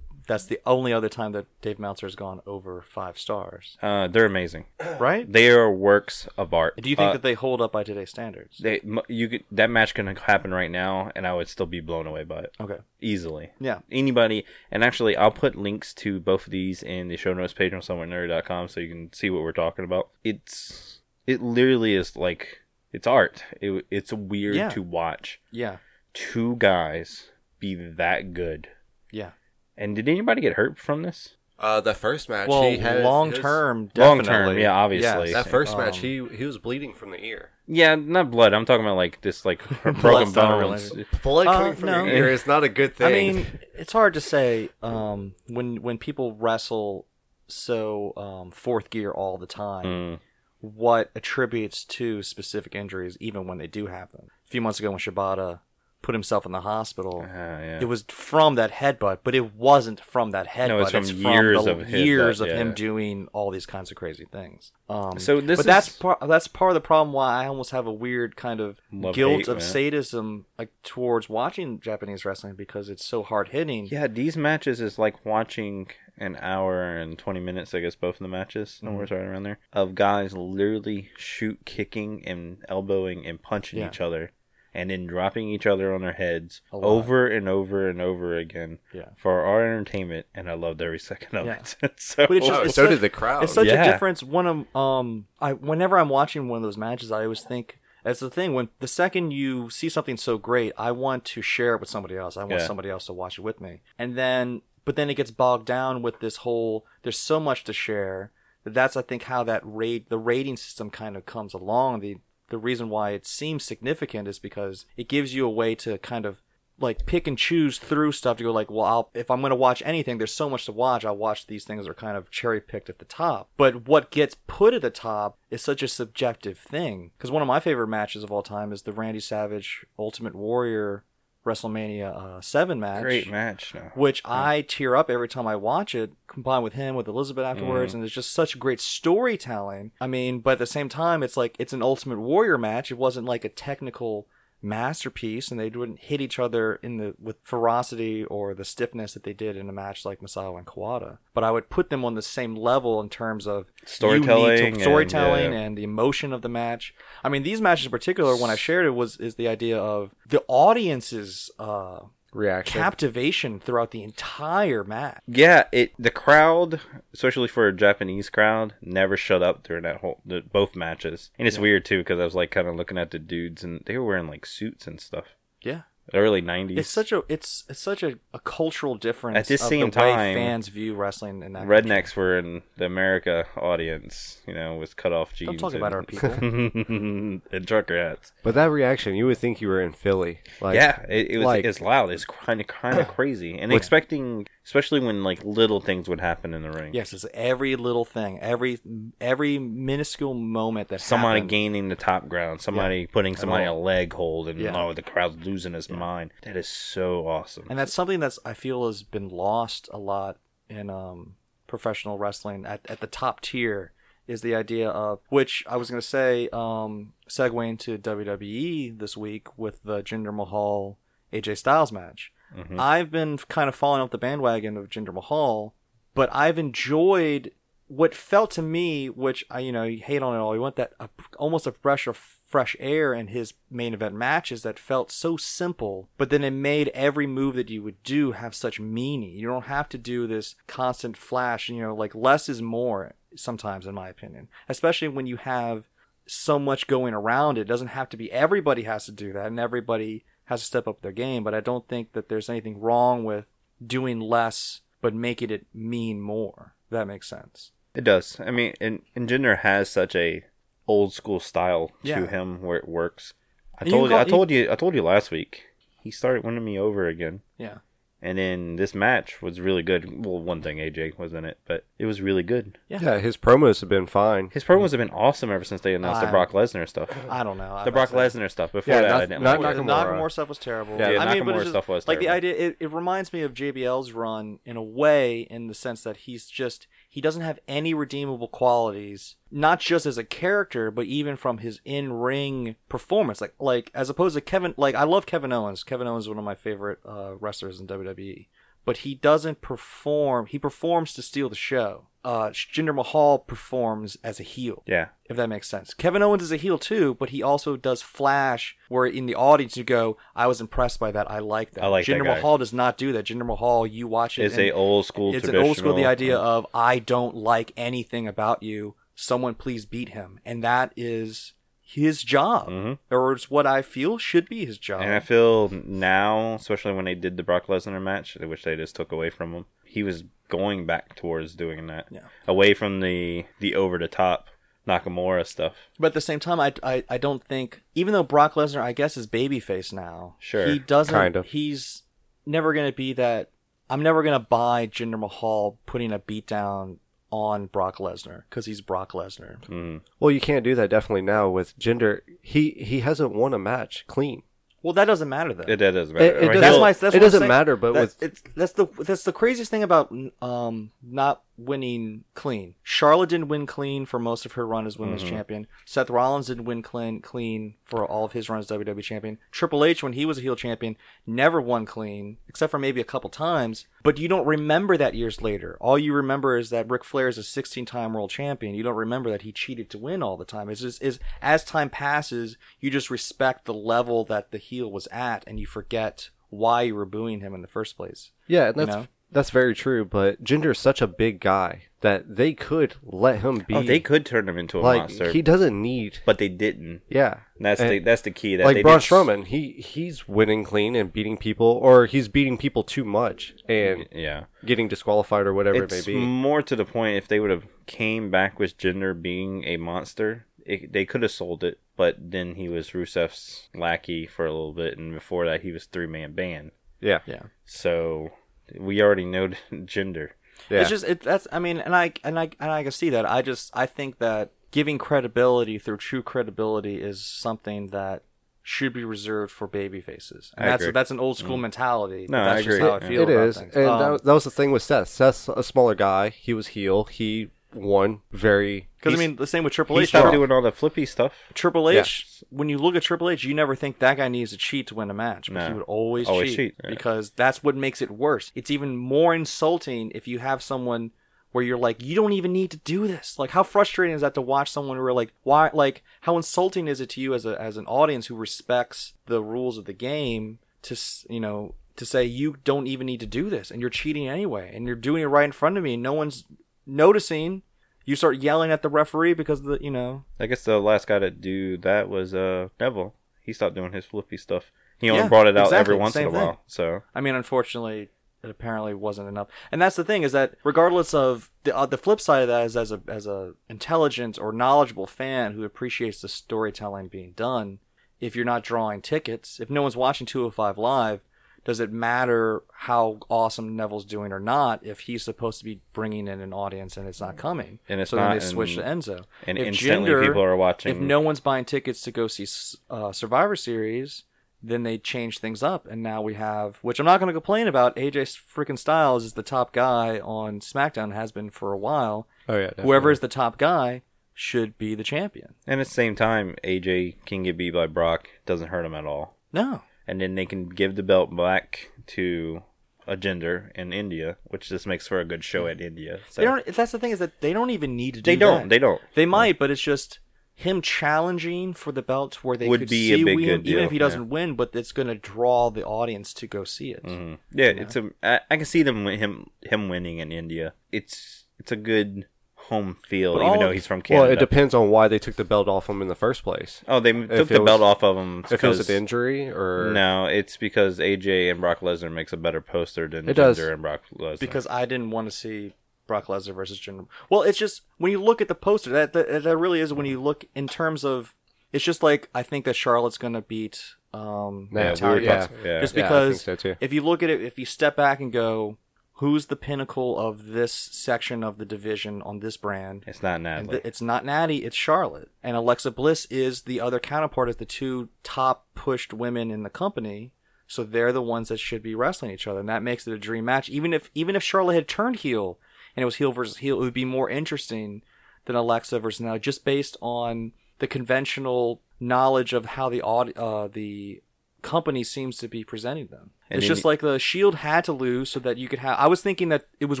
[SPEAKER 2] that's the only other time that Dave Meltzer has gone over five stars.
[SPEAKER 1] Uh, they're amazing.
[SPEAKER 2] Right?
[SPEAKER 1] They are works of art.
[SPEAKER 2] Do you think
[SPEAKER 1] Uh,
[SPEAKER 2] that they hold up by today's standards?
[SPEAKER 1] they m- you could, that match can happen right now, and I would still be blown away by it
[SPEAKER 2] okay.
[SPEAKER 1] easily.
[SPEAKER 2] Yeah.
[SPEAKER 1] Anybody, and actually, I'll put links to both of these in the show notes page on somewherenerd.com so you can see what we're talking about. It's it literally is like it's art. It, it's weird
[SPEAKER 2] Yeah.
[SPEAKER 1] to watch
[SPEAKER 2] Yeah.
[SPEAKER 1] two guys be that good.
[SPEAKER 2] Yeah.
[SPEAKER 1] And did anybody get hurt from this?
[SPEAKER 3] Uh, the first match.
[SPEAKER 2] Well,
[SPEAKER 3] he had
[SPEAKER 2] long
[SPEAKER 3] his-
[SPEAKER 2] term,
[SPEAKER 1] Long
[SPEAKER 2] definitely.
[SPEAKER 1] term, yeah, obviously.
[SPEAKER 2] Yes.
[SPEAKER 3] That first match,
[SPEAKER 2] Um,
[SPEAKER 3] he he was bleeding from the ear.
[SPEAKER 1] Yeah, not blood. I'm talking about like this, like broken
[SPEAKER 2] Blood's not
[SPEAKER 1] bones.
[SPEAKER 2] related.
[SPEAKER 3] Blood
[SPEAKER 2] Uh,
[SPEAKER 3] coming from
[SPEAKER 2] no.
[SPEAKER 3] your ear is not a good thing.
[SPEAKER 2] I mean, it's hard to say um, when when people wrestle so um, fourth gear all the time.
[SPEAKER 1] Mm.
[SPEAKER 2] What attributes to specific injuries, even when they do have them? A few months ago, when Shibata put himself in the hospital,
[SPEAKER 1] Ah, yeah.
[SPEAKER 2] it was from that headbutt, but it wasn't from that headbutt.
[SPEAKER 1] No, it's from
[SPEAKER 2] the
[SPEAKER 1] years of headbutt,
[SPEAKER 2] years of
[SPEAKER 1] yeah.
[SPEAKER 2] him doing all these kinds of crazy things. Um,
[SPEAKER 1] So this
[SPEAKER 2] but that's
[SPEAKER 1] is-
[SPEAKER 2] par- that's part of the problem why I almost have a weird kind of
[SPEAKER 1] Love
[SPEAKER 2] guilt
[SPEAKER 1] hate,
[SPEAKER 2] of
[SPEAKER 1] man.
[SPEAKER 2] sadism like, towards watching Japanese wrestling because it's so hard hitting.
[SPEAKER 1] Yeah, these matches is like watching an hour and 20 minutes, I guess, both of the matches,
[SPEAKER 2] Mm-hmm.
[SPEAKER 1] somewhere right around there, of guys literally shoot, kicking, and elbowing and punching
[SPEAKER 2] Yeah.
[SPEAKER 1] each other and then dropping each other on their heads
[SPEAKER 2] A lot.
[SPEAKER 1] over and over and over again
[SPEAKER 2] Yeah.
[SPEAKER 1] for our entertainment. And I loved every second of
[SPEAKER 2] Yeah.
[SPEAKER 1] it. so,
[SPEAKER 2] But it's
[SPEAKER 3] Oh,
[SPEAKER 2] just-
[SPEAKER 3] so
[SPEAKER 2] such-
[SPEAKER 3] did the crowd.
[SPEAKER 2] It's such
[SPEAKER 1] Yeah.
[SPEAKER 2] a difference. One of um, I whenever I'm watching one of those matches, I always think that's the thing. When the second you see something so great, I want to share it with somebody else. I want
[SPEAKER 1] Yeah.
[SPEAKER 2] somebody else to watch it with me. And then, but then it gets bogged down with this whole. There's so much to share. That that's I think how that rate the rating system kind of comes along. The the reason why it seems significant is because it gives you a way to kind of like pick and choose through stuff to go like well I'll, if i'm going to watch anything there's so much to watch i'll watch these things that are kind of cherry picked at the top but what gets put at the top is such a subjective thing because one of my favorite matches of all time is the randy savage ultimate warrior wrestlemania uh, 7 match
[SPEAKER 1] great match. No.
[SPEAKER 2] which I tear up every time I watch it, combined with him with Elizabeth
[SPEAKER 1] Mm.
[SPEAKER 2] afterwards, and it's just such great storytelling. I mean, but at the same time, it's like it's an Ultimate Warrior match. It wasn't like a technical masterpiece, and they wouldn't hit each other in the with ferocity or the stiffness that they did in a match like Masawa and Kawada. But I would put them on the same level in terms of you need to-
[SPEAKER 1] Storytelling and-
[SPEAKER 2] storytelling,
[SPEAKER 1] yeah.
[SPEAKER 2] and the emotion of the match. I mean, these matches in particular, when I shared it, was is the idea of the audience's uh,
[SPEAKER 3] reaction.
[SPEAKER 2] captivation throughout the entire match.
[SPEAKER 1] Yeah, it the crowd, especially for a Japanese crowd, never shut up during that whole the, both matches. And it's weird too because I was like kind of looking at the dudes and they were wearing like suits and stuff.
[SPEAKER 2] Yeah.
[SPEAKER 1] Early nineties.
[SPEAKER 2] It's such a it's it's such a, a cultural difference
[SPEAKER 1] At this
[SPEAKER 2] of
[SPEAKER 1] same
[SPEAKER 2] the way
[SPEAKER 1] time,
[SPEAKER 2] fans view wrestling in that country.
[SPEAKER 1] rednecks were in the America audience, you know, with cut off jeans.
[SPEAKER 2] talk about our
[SPEAKER 1] and-
[SPEAKER 2] people.
[SPEAKER 1] and trucker hats.
[SPEAKER 3] but that reaction, you would think you were in Philly. Like,
[SPEAKER 1] yeah, it, it was.
[SPEAKER 3] like-
[SPEAKER 1] it's loud. It's kind of kind of crazy, and expecting, especially when like little things would happen in the ring.
[SPEAKER 2] Yes, it's every little thing, every every minuscule moment that
[SPEAKER 1] somebody
[SPEAKER 2] happened.
[SPEAKER 1] gaining the top ground, somebody putting somebody a leg hold, and
[SPEAKER 2] Yeah.
[SPEAKER 1] oh, the crowd's losing his mind. That is so awesome.
[SPEAKER 2] and that's something that's I feel has been lost a lot in um, professional wrestling at, at the top tier is the idea of which I was going to say um, segue into WWE this week with the Jinder Mahal AJ Styles match. I've been kind of falling off the bandwagon of Jinder Mahal, but I've enjoyed what felt to me, which I you know you hate on it all. You want that uh, almost a brush of fresh air in his main event matches that felt so simple, but then it made every move that you would do have such meaning. You don't have to do this constant flash. You know, like less is more sometimes, in my opinion, especially when you have so much going around it. doesn't have to be everybody has to do that and everybody has to step up their game, but I don't think that there's anything wrong with doing less but making it mean more. If that makes sense.
[SPEAKER 1] It does. I mean, and, and Jinder has such a old school style
[SPEAKER 2] Yeah.
[SPEAKER 1] to him where it works. I
[SPEAKER 2] And you
[SPEAKER 1] told you,
[SPEAKER 2] call-
[SPEAKER 1] I told you, I told you last week. He started winning me over again,
[SPEAKER 2] Yeah.
[SPEAKER 1] and then this match was really good. Well, one thing AJ was in it, but it was really good.
[SPEAKER 3] yeah, his promos have been fine.
[SPEAKER 1] His promos have been awesome ever since they announced the
[SPEAKER 2] I-
[SPEAKER 1] Brock Lesnar stuff.
[SPEAKER 2] Uh, I don't know.
[SPEAKER 1] The Brock Lesnar stuff before
[SPEAKER 3] Yeah,
[SPEAKER 1] that,
[SPEAKER 3] not-
[SPEAKER 1] I didn't
[SPEAKER 3] not-
[SPEAKER 1] like it.
[SPEAKER 2] The
[SPEAKER 3] Nakamura.
[SPEAKER 2] Nakamura stuff was terrible.
[SPEAKER 3] Yeah,
[SPEAKER 1] the
[SPEAKER 2] I mean, but
[SPEAKER 1] Nakamura
[SPEAKER 2] it's just,
[SPEAKER 1] stuff was
[SPEAKER 2] like the
[SPEAKER 1] terrible.
[SPEAKER 2] idea. It, it reminds me of JBL's run in a way, in the sense that he's just he doesn't have any redeemable qualities, not just as a character, but even from his in ring performance. Like like as opposed to Kevin. Like I love Kevin Owens. Kevin Owens is one of my favorite uh, wrestlers in WWE. But he doesn't perform. He performs to steal the show. Uh, Jinder Mahal performs as a heel
[SPEAKER 1] Yeah,
[SPEAKER 2] if that makes sense. Kevin Owens is a heel too, but he also does flash where in the audience you go, I was impressed by that. I like that.
[SPEAKER 1] I like that
[SPEAKER 2] Jinder
[SPEAKER 1] guy.
[SPEAKER 2] Mahal does not do that. Jinder Mahal, you watch it.
[SPEAKER 1] it's
[SPEAKER 2] and
[SPEAKER 1] a old school.
[SPEAKER 2] It's an old school. The
[SPEAKER 1] traditional-
[SPEAKER 2] idea of I don't like anything about you. Someone please beat him, and that is his job, or it's what I feel should be his job.
[SPEAKER 1] Mm-hmm. And I feel now, especially when they did the Brock Lesnar match, which they just took away from him, he was going back towards doing that,
[SPEAKER 2] Yeah.
[SPEAKER 1] away from the the over the top Nakamura stuff.
[SPEAKER 2] But at the same time, I, I, I don't think even though Brock Lesnar, I guess, is babyface now.
[SPEAKER 1] Sure,
[SPEAKER 2] he doesn't.
[SPEAKER 3] kind of.
[SPEAKER 2] He's never gonna be that. I'm never gonna buy Jinder Mahal putting a beatdown on Brock Lesnar because he's Brock Lesnar.
[SPEAKER 3] Well, you can't do that definitely now with gender. He he hasn't won a match clean.
[SPEAKER 2] Well, that doesn't matter though.
[SPEAKER 1] It, that doesn't matter.
[SPEAKER 3] It, it
[SPEAKER 1] Right,
[SPEAKER 3] doesn't,
[SPEAKER 2] That's
[SPEAKER 1] he'll-
[SPEAKER 2] why- that's
[SPEAKER 3] it
[SPEAKER 2] what
[SPEAKER 3] doesn't
[SPEAKER 2] I'm saying.
[SPEAKER 3] matter. But
[SPEAKER 2] That-
[SPEAKER 3] with
[SPEAKER 2] it's, that's the that's the craziest thing about um not winning clean. Charlotte didn't win clean for most of her run as women's champion. Seth Rollins didn't win clean clean for all of his runs as WWE champion. Triple H, when he was a heel champion, never won clean except for maybe a couple times. But you don't remember that years later. All you remember is that Ric Flair is a 16 time world champion. You don't remember that he cheated to win all the time. It's just is as time passes, you just respect the level that the heel was at, and you forget why you were booing him in the first place.
[SPEAKER 3] yeah, and that's
[SPEAKER 2] know?
[SPEAKER 3] that's very true. But gender is such a big guy that they could let him be.
[SPEAKER 1] oh, they could turn him into a
[SPEAKER 3] like
[SPEAKER 1] monster,
[SPEAKER 3] he doesn't need.
[SPEAKER 1] but they didn't.
[SPEAKER 3] Yeah,
[SPEAKER 1] And that's the
[SPEAKER 3] And-
[SPEAKER 1] that's the key. That they
[SPEAKER 3] like Braun
[SPEAKER 1] didn't-
[SPEAKER 3] Strowman, he he's winning clean and beating people, or he's beating people too much and
[SPEAKER 1] Yeah,
[SPEAKER 3] getting disqualified or whatever
[SPEAKER 1] it's
[SPEAKER 3] it may be.
[SPEAKER 1] more to the point if they would have came back with Jinder being a monster, it, they could have sold it. But then he was Rusev's lackey for a little bit, and before that, he was three man band.
[SPEAKER 3] yeah,
[SPEAKER 2] Yeah.
[SPEAKER 1] So we already know Jinder.
[SPEAKER 3] yeah.
[SPEAKER 2] It's just it, that's I mean, and I and I and I can see that. I just I think that giving credibility through true credibility is something that should be reserved for baby faces. And
[SPEAKER 1] I
[SPEAKER 2] that's
[SPEAKER 1] agree. Mm.
[SPEAKER 2] that's an old school mentality.
[SPEAKER 1] No,
[SPEAKER 2] that's
[SPEAKER 1] I
[SPEAKER 2] just
[SPEAKER 1] agree.
[SPEAKER 2] how I
[SPEAKER 1] It-
[SPEAKER 2] feel
[SPEAKER 3] It
[SPEAKER 2] about
[SPEAKER 3] is,
[SPEAKER 2] things.
[SPEAKER 3] and
[SPEAKER 2] Um,
[SPEAKER 3] that, was- that was the thing with Seth. Seth's a smaller guy. He was heel. He won very.
[SPEAKER 2] Because I
[SPEAKER 3] he's-
[SPEAKER 2] mean, the same with Triple
[SPEAKER 1] He
[SPEAKER 2] H.
[SPEAKER 1] stopped
[SPEAKER 2] Triple,
[SPEAKER 1] doing all the flippy stuff.
[SPEAKER 2] Triple H. When you look at Triple H, you never think that guy needs to cheat to win a match, but
[SPEAKER 1] No.
[SPEAKER 2] he would always,
[SPEAKER 1] Always
[SPEAKER 2] cheat,
[SPEAKER 1] cheat, yeah.
[SPEAKER 2] because that's what makes it worse. It's even more insulting if you have someone where you're like, you don't even need to do this. Like, how frustrating is that to watch someone where like, why, like, how insulting is it to you as a as an audience who respects the rules of the game to s- you know to say you don't even need to do this and you're cheating anyway and you're doing it right in front of me and no one's noticing you start yelling at the referee because of the you know
[SPEAKER 1] I guess the last guy to do that was uh Neville. He stopped doing his flippy stuff. He only
[SPEAKER 2] Yeah,
[SPEAKER 1] brought it out every
[SPEAKER 2] exactly,
[SPEAKER 1] once in a
[SPEAKER 2] same thing.
[SPEAKER 1] while. So
[SPEAKER 2] I mean, unfortunately, it apparently wasn't enough. And that's the thing is that regardless of the uh, the flip side of that is as a as a intelligent or knowledgeable fan who appreciates the storytelling being done, if you're not drawing tickets, if no one's watching 205 live, does it matter how awesome Neville's doing or not if he's supposed to be bringing in an audience and it's not coming?
[SPEAKER 1] Mm. And it's
[SPEAKER 2] so
[SPEAKER 1] not,
[SPEAKER 2] then they switch to
[SPEAKER 1] and-
[SPEAKER 2] Enzo.
[SPEAKER 1] and
[SPEAKER 2] if
[SPEAKER 1] instantly people are watching-
[SPEAKER 2] If no one's buying tickets to go see uh, Survivor Series, then they change things up, and now we have, which I'm not going to complain about. AJ freaking Styles is the top guy on SmackDown, has been for a while.
[SPEAKER 3] Oh yeah.
[SPEAKER 2] Whoever is the top guy should be the champion.
[SPEAKER 1] and at the same time, AJ can get beat by Brock. Doesn't hurt him at all.
[SPEAKER 2] No,
[SPEAKER 1] And then they can give the belt back to a gender in India, which just makes for a good show at India. So
[SPEAKER 2] they don't. That's the thing is that they don't even need to. Do
[SPEAKER 1] They don't,
[SPEAKER 2] that.
[SPEAKER 1] they don't.
[SPEAKER 2] They might, but it's just him challenging for the belt where they
[SPEAKER 1] Would
[SPEAKER 2] could
[SPEAKER 1] be a
[SPEAKER 2] see
[SPEAKER 1] big
[SPEAKER 2] win,
[SPEAKER 1] good
[SPEAKER 2] even
[SPEAKER 1] deal,
[SPEAKER 2] if he
[SPEAKER 1] yeah. Mm-hmm.
[SPEAKER 2] doesn't win. But it's going to draw the audience to go see it.
[SPEAKER 1] Yeah, it's a. I, I can see them wi- him him winning in India. It's it's a good home field,
[SPEAKER 2] But all
[SPEAKER 1] even though
[SPEAKER 2] of-
[SPEAKER 1] he's from Canada.
[SPEAKER 3] Well, it depends on why they took the belt off him in the first place.
[SPEAKER 1] Oh, they
[SPEAKER 3] it
[SPEAKER 1] took the
[SPEAKER 3] was-
[SPEAKER 1] belt off of him.
[SPEAKER 3] If it was
[SPEAKER 1] because-
[SPEAKER 3] an injury or
[SPEAKER 1] No, it's because AJ and Brock Lesnar makes a better poster than
[SPEAKER 3] It does.
[SPEAKER 1] Jinder and Brock Lesnar.
[SPEAKER 2] because I didn't want to see Brock Lesnar versus Jinder. Well, it's just when you look at the poster, that that, that really is when you look in terms of. It's just like I think that Charlotte's gonna beat um,
[SPEAKER 3] Yeah,
[SPEAKER 2] Natalia
[SPEAKER 3] we were
[SPEAKER 2] Jackson.
[SPEAKER 1] talking- yeah.
[SPEAKER 2] just
[SPEAKER 3] Yeah, I think
[SPEAKER 2] because
[SPEAKER 3] so too.
[SPEAKER 2] if you look at it, if you step back and go, who's the pinnacle of this section of the division on this brand?
[SPEAKER 1] it's not
[SPEAKER 2] And
[SPEAKER 1] Natalie.
[SPEAKER 2] th- it's not Natty, it's Charlotte. And Alexa Bliss is the other counterpart of the two top pushed women in the company. So they're the ones that should be wrestling each other, and that makes it a dream match. Even if even if Charlotte had turned heel and it was heel versus heel, it would be more interesting than Alexa versus now, just based on the conventional knowledge of how the aud- uh, the company seems to be presenting them.
[SPEAKER 1] And
[SPEAKER 2] it's
[SPEAKER 1] then
[SPEAKER 2] just
[SPEAKER 1] you-
[SPEAKER 2] like the Shield had to lose so that you could have. I was thinking that it was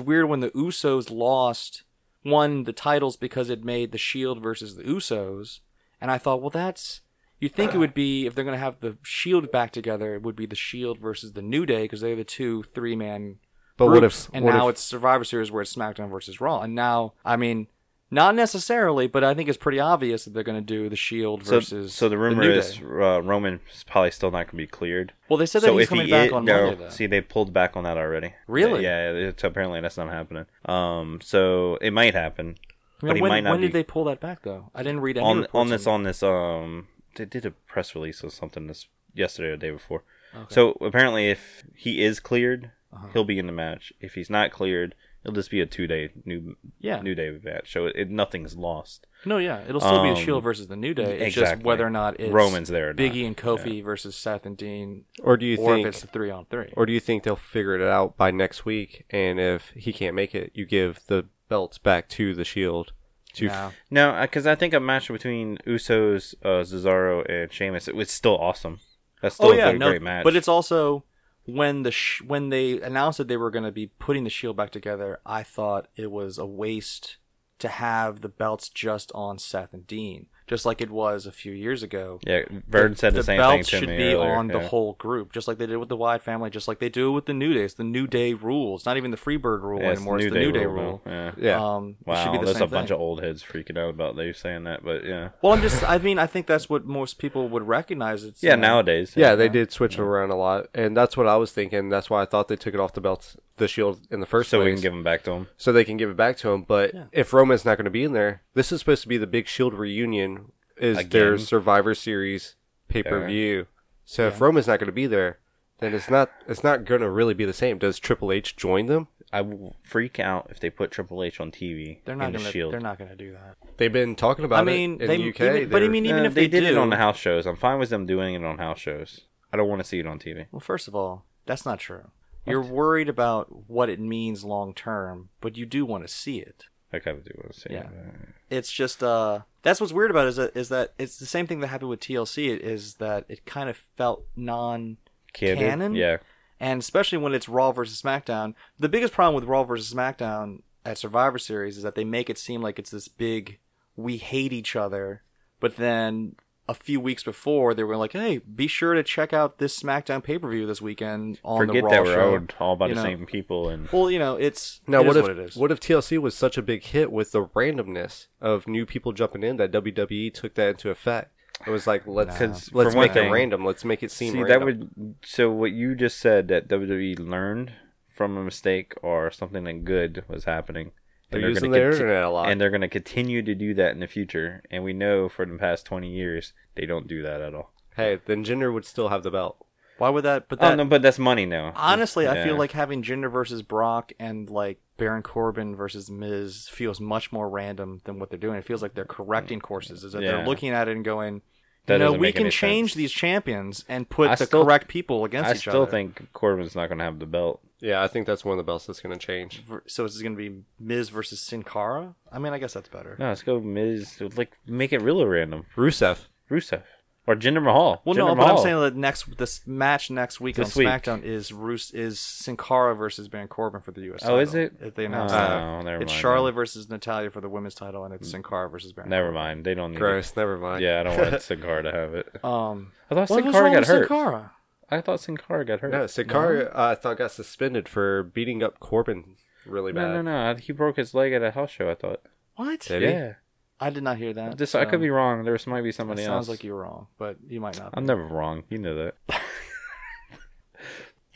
[SPEAKER 2] weird when the Usos lost won the titles because it made the Shield versus the Usos, and I thought, well, that's you think it would be if they're going to have the Shield back together, it would be the Shield versus the New Day because they're the two three man.
[SPEAKER 3] But what if-
[SPEAKER 2] and
[SPEAKER 3] what
[SPEAKER 2] now
[SPEAKER 3] if-
[SPEAKER 2] it's Survivor Series where it's SmackDown versus Raw, and now I mean, not necessarily, but I think it's pretty obvious that they're going to do the Shield
[SPEAKER 1] So,
[SPEAKER 2] versus
[SPEAKER 1] so the rumor
[SPEAKER 2] New
[SPEAKER 1] is
[SPEAKER 2] Day.
[SPEAKER 1] uh, Roman is probably still not going to be cleared.
[SPEAKER 2] Well, they said that he's coming back
[SPEAKER 1] is-
[SPEAKER 2] on
[SPEAKER 1] no,
[SPEAKER 2] Monday. Though.
[SPEAKER 1] see, they pulled back on that already.
[SPEAKER 2] Really?
[SPEAKER 1] Yeah, it's apparently that's not happening. Um, so it might happen,
[SPEAKER 2] I mean,
[SPEAKER 1] but he
[SPEAKER 2] when,
[SPEAKER 1] might not
[SPEAKER 2] when
[SPEAKER 1] be
[SPEAKER 2] did they pull that back though? I didn't read any
[SPEAKER 1] on
[SPEAKER 2] reports
[SPEAKER 1] on this
[SPEAKER 2] on
[SPEAKER 1] on this um. They did a press release or something this yesterday or the day before. So apparently, if he is cleared,
[SPEAKER 2] Uh-huh.
[SPEAKER 1] he'll be in the match. If he's not cleared, it'll just be a two day new
[SPEAKER 2] Yeah.
[SPEAKER 1] new day match. So it, it, nothing's lost.
[SPEAKER 2] No, yeah, it'll still be a
[SPEAKER 1] Um,
[SPEAKER 2] Shield versus the New Day. It's just
[SPEAKER 1] exactly.
[SPEAKER 2] whether or not it's
[SPEAKER 1] Roman's there or not.
[SPEAKER 2] Biggie and Kofi versus Seth and Dean,
[SPEAKER 3] Or do you
[SPEAKER 2] or
[SPEAKER 3] think
[SPEAKER 2] if it's the three on three.
[SPEAKER 3] or do you think they'll figure it out by next week? And if he can't make it, you give the belts back to the Shield. To
[SPEAKER 2] No.
[SPEAKER 1] No, because I think a match between Usos, uh, Cesaro, and Sheamus it was still awesome. That's still
[SPEAKER 2] oh yeah,
[SPEAKER 1] a good,
[SPEAKER 2] no,
[SPEAKER 1] great match.
[SPEAKER 2] but it's also when the sh- when they announced that they were going to be putting the Shield back together, I thought it was a waste to have the belts just on Seth and Dean, just like it was a few years ago.
[SPEAKER 1] yeah, Vern said the, same thing
[SPEAKER 2] belts
[SPEAKER 1] to
[SPEAKER 2] should
[SPEAKER 1] me
[SPEAKER 2] be
[SPEAKER 1] earlier,
[SPEAKER 2] on the
[SPEAKER 1] yeah.
[SPEAKER 2] whole group, just like they did with the Wyatt family, just like they do with the New Day. It's the New Day rule. It's not even the Freebird rule
[SPEAKER 1] Yeah, it's
[SPEAKER 2] anymore. it's the New Day rule.
[SPEAKER 1] now. Yeah.
[SPEAKER 3] Yeah.
[SPEAKER 2] Um, it
[SPEAKER 1] Wow,
[SPEAKER 2] should be the
[SPEAKER 1] there's
[SPEAKER 2] same
[SPEAKER 1] a bunch
[SPEAKER 2] thing.
[SPEAKER 1] of old heads freaking out about they saying that, but yeah,
[SPEAKER 2] Well, I'm just. I mean, I think that's what most people would recognize. It's
[SPEAKER 1] yeah,
[SPEAKER 2] you know,
[SPEAKER 1] nowadays,
[SPEAKER 3] yeah, they did switch it around a lot, and that's what I was thinking. That's why I thought they took it off the belts, the Shield in the first
[SPEAKER 1] so
[SPEAKER 3] place,
[SPEAKER 1] we can give them back to them.
[SPEAKER 3] so they can give it back to him. But if Roman's not going to be in there, this is supposed to be the big Shield reunion. Is their
[SPEAKER 1] Again?
[SPEAKER 3] Survivor Series pay per view? So if Roman's not going to be there, then it's not it's not going to really be the same. Does Triple H join them?
[SPEAKER 1] I will freak out if they put Triple H on TV.
[SPEAKER 2] They're not
[SPEAKER 1] in the
[SPEAKER 2] gonna.
[SPEAKER 1] Shield.
[SPEAKER 2] They're not gonna do that.
[SPEAKER 3] They've been talking about
[SPEAKER 2] I mean,
[SPEAKER 3] it in
[SPEAKER 2] they,
[SPEAKER 3] the UK.
[SPEAKER 2] even, but I
[SPEAKER 3] They're-
[SPEAKER 2] mean, even
[SPEAKER 1] Uh,
[SPEAKER 2] if
[SPEAKER 1] they,
[SPEAKER 2] they,
[SPEAKER 1] did it
[SPEAKER 2] do-
[SPEAKER 1] on the house shows, I'm fine with them doing it on house shows. I don't want to see it on TV.
[SPEAKER 2] Well, first of all, that's not true. You're worried about what it means long term, but you do want to see it.
[SPEAKER 1] Like I would do want to see. it.
[SPEAKER 2] Yeah. It's just uh, that's what's weird about it is that is that it's the same thing that happened with TLC. It is that it kind of felt non
[SPEAKER 1] Candid,
[SPEAKER 2] canon.
[SPEAKER 1] Yeah.
[SPEAKER 2] and especially when it's Raw versus SmackDown. The biggest problem with Raw versus SmackDown at Survivor Series is that they make it seem like it's this big we hate each other, but then a few weeks before they were like, "Hey, be sure to check out this SmackDown pay per view this weekend on
[SPEAKER 1] Forget
[SPEAKER 2] the Raw
[SPEAKER 1] that we're
[SPEAKER 2] show."
[SPEAKER 1] all- all by
[SPEAKER 2] You
[SPEAKER 1] the
[SPEAKER 2] know.
[SPEAKER 1] same people and
[SPEAKER 2] Well, you know, it's
[SPEAKER 3] Now,
[SPEAKER 2] it
[SPEAKER 3] what
[SPEAKER 2] is
[SPEAKER 3] if
[SPEAKER 2] what
[SPEAKER 3] what,
[SPEAKER 2] it is.
[SPEAKER 3] if TLC was such a big hit with the randomness of new people jumping in that WWE took that into effect? It was like let's
[SPEAKER 1] 'Cause for
[SPEAKER 3] let's
[SPEAKER 1] one
[SPEAKER 3] make
[SPEAKER 1] thing-
[SPEAKER 3] it random. Let's make it seem
[SPEAKER 1] See,
[SPEAKER 3] random.
[SPEAKER 1] that would so what you just said that WWE learned from a mistake or something that good was happening.
[SPEAKER 3] They're
[SPEAKER 1] gonna
[SPEAKER 3] using their
[SPEAKER 1] conti-
[SPEAKER 3] internet a lot.
[SPEAKER 1] and they're going to continue to do that in the future. And we know for the past twenty years they don't do that at all.
[SPEAKER 3] hey, then Jinder would still have the belt.
[SPEAKER 2] Why would that? But
[SPEAKER 1] oh
[SPEAKER 2] that
[SPEAKER 1] no, but that's money now.
[SPEAKER 2] honestly, I feel
[SPEAKER 1] Yeah.
[SPEAKER 2] like having Jinder versus Brock and like Baron Corbin versus Miz feels much more random than what they're doing. It feels like they're correcting courses. Is that they're
[SPEAKER 1] Yeah.
[SPEAKER 2] looking at it and going,
[SPEAKER 1] That
[SPEAKER 2] you know,
[SPEAKER 1] doesn't
[SPEAKER 2] we
[SPEAKER 1] make
[SPEAKER 2] can
[SPEAKER 1] any
[SPEAKER 2] change
[SPEAKER 1] sense.
[SPEAKER 2] these champions and put
[SPEAKER 1] I
[SPEAKER 2] the
[SPEAKER 1] still-
[SPEAKER 2] correct people against
[SPEAKER 1] I
[SPEAKER 2] each
[SPEAKER 1] still
[SPEAKER 2] other.
[SPEAKER 1] think Corbin's not going to have the belt.
[SPEAKER 3] Yeah, I think that's one of the belts that's going to change.
[SPEAKER 2] Ver- So it's going to be Miz versus Sin Cara. I mean, I guess that's better.
[SPEAKER 1] No, let's go Miz. Like make it real random.
[SPEAKER 3] Rusev.
[SPEAKER 1] Rusev or Jinder Mahal.
[SPEAKER 2] Well,
[SPEAKER 1] Jinder
[SPEAKER 2] no, but
[SPEAKER 1] Mahal.
[SPEAKER 2] I'm saying that next this match next week
[SPEAKER 1] This
[SPEAKER 2] on
[SPEAKER 1] week.
[SPEAKER 2] SmackDown is Roos is Sin Cara versus Baron Corbin for the U.S.
[SPEAKER 1] Oh, is
[SPEAKER 2] title,
[SPEAKER 1] it?
[SPEAKER 2] If they announced
[SPEAKER 1] Oh,
[SPEAKER 2] that,
[SPEAKER 1] never
[SPEAKER 2] it's
[SPEAKER 1] mind Mm.
[SPEAKER 2] Charlotte versus Natalia for the women's title, and it's Sin Cara versus Baron.
[SPEAKER 1] never mind. They don't need. It.
[SPEAKER 3] Gross. Never mind.
[SPEAKER 1] Yeah, I don't want Cigar to have it.
[SPEAKER 2] Um,
[SPEAKER 1] I thought
[SPEAKER 2] what
[SPEAKER 1] Sin
[SPEAKER 2] was
[SPEAKER 1] Cara
[SPEAKER 2] wrong
[SPEAKER 1] got
[SPEAKER 2] with Sin
[SPEAKER 1] hurt.
[SPEAKER 2] Cara?
[SPEAKER 1] I thought Sin Cara got hurt.
[SPEAKER 3] No, Sakara uh, I thought got suspended for beating up Corbin really bad.
[SPEAKER 1] No, no, no. He broke his leg at a house show. I thought.
[SPEAKER 2] What?
[SPEAKER 3] Did he?
[SPEAKER 1] Yeah.
[SPEAKER 2] I did not hear that.
[SPEAKER 1] This I could be wrong. There might be
[SPEAKER 2] It
[SPEAKER 1] somebody else.
[SPEAKER 2] sounds like you're wrong, but you might not. Be.
[SPEAKER 1] I'm never wrong. You know that.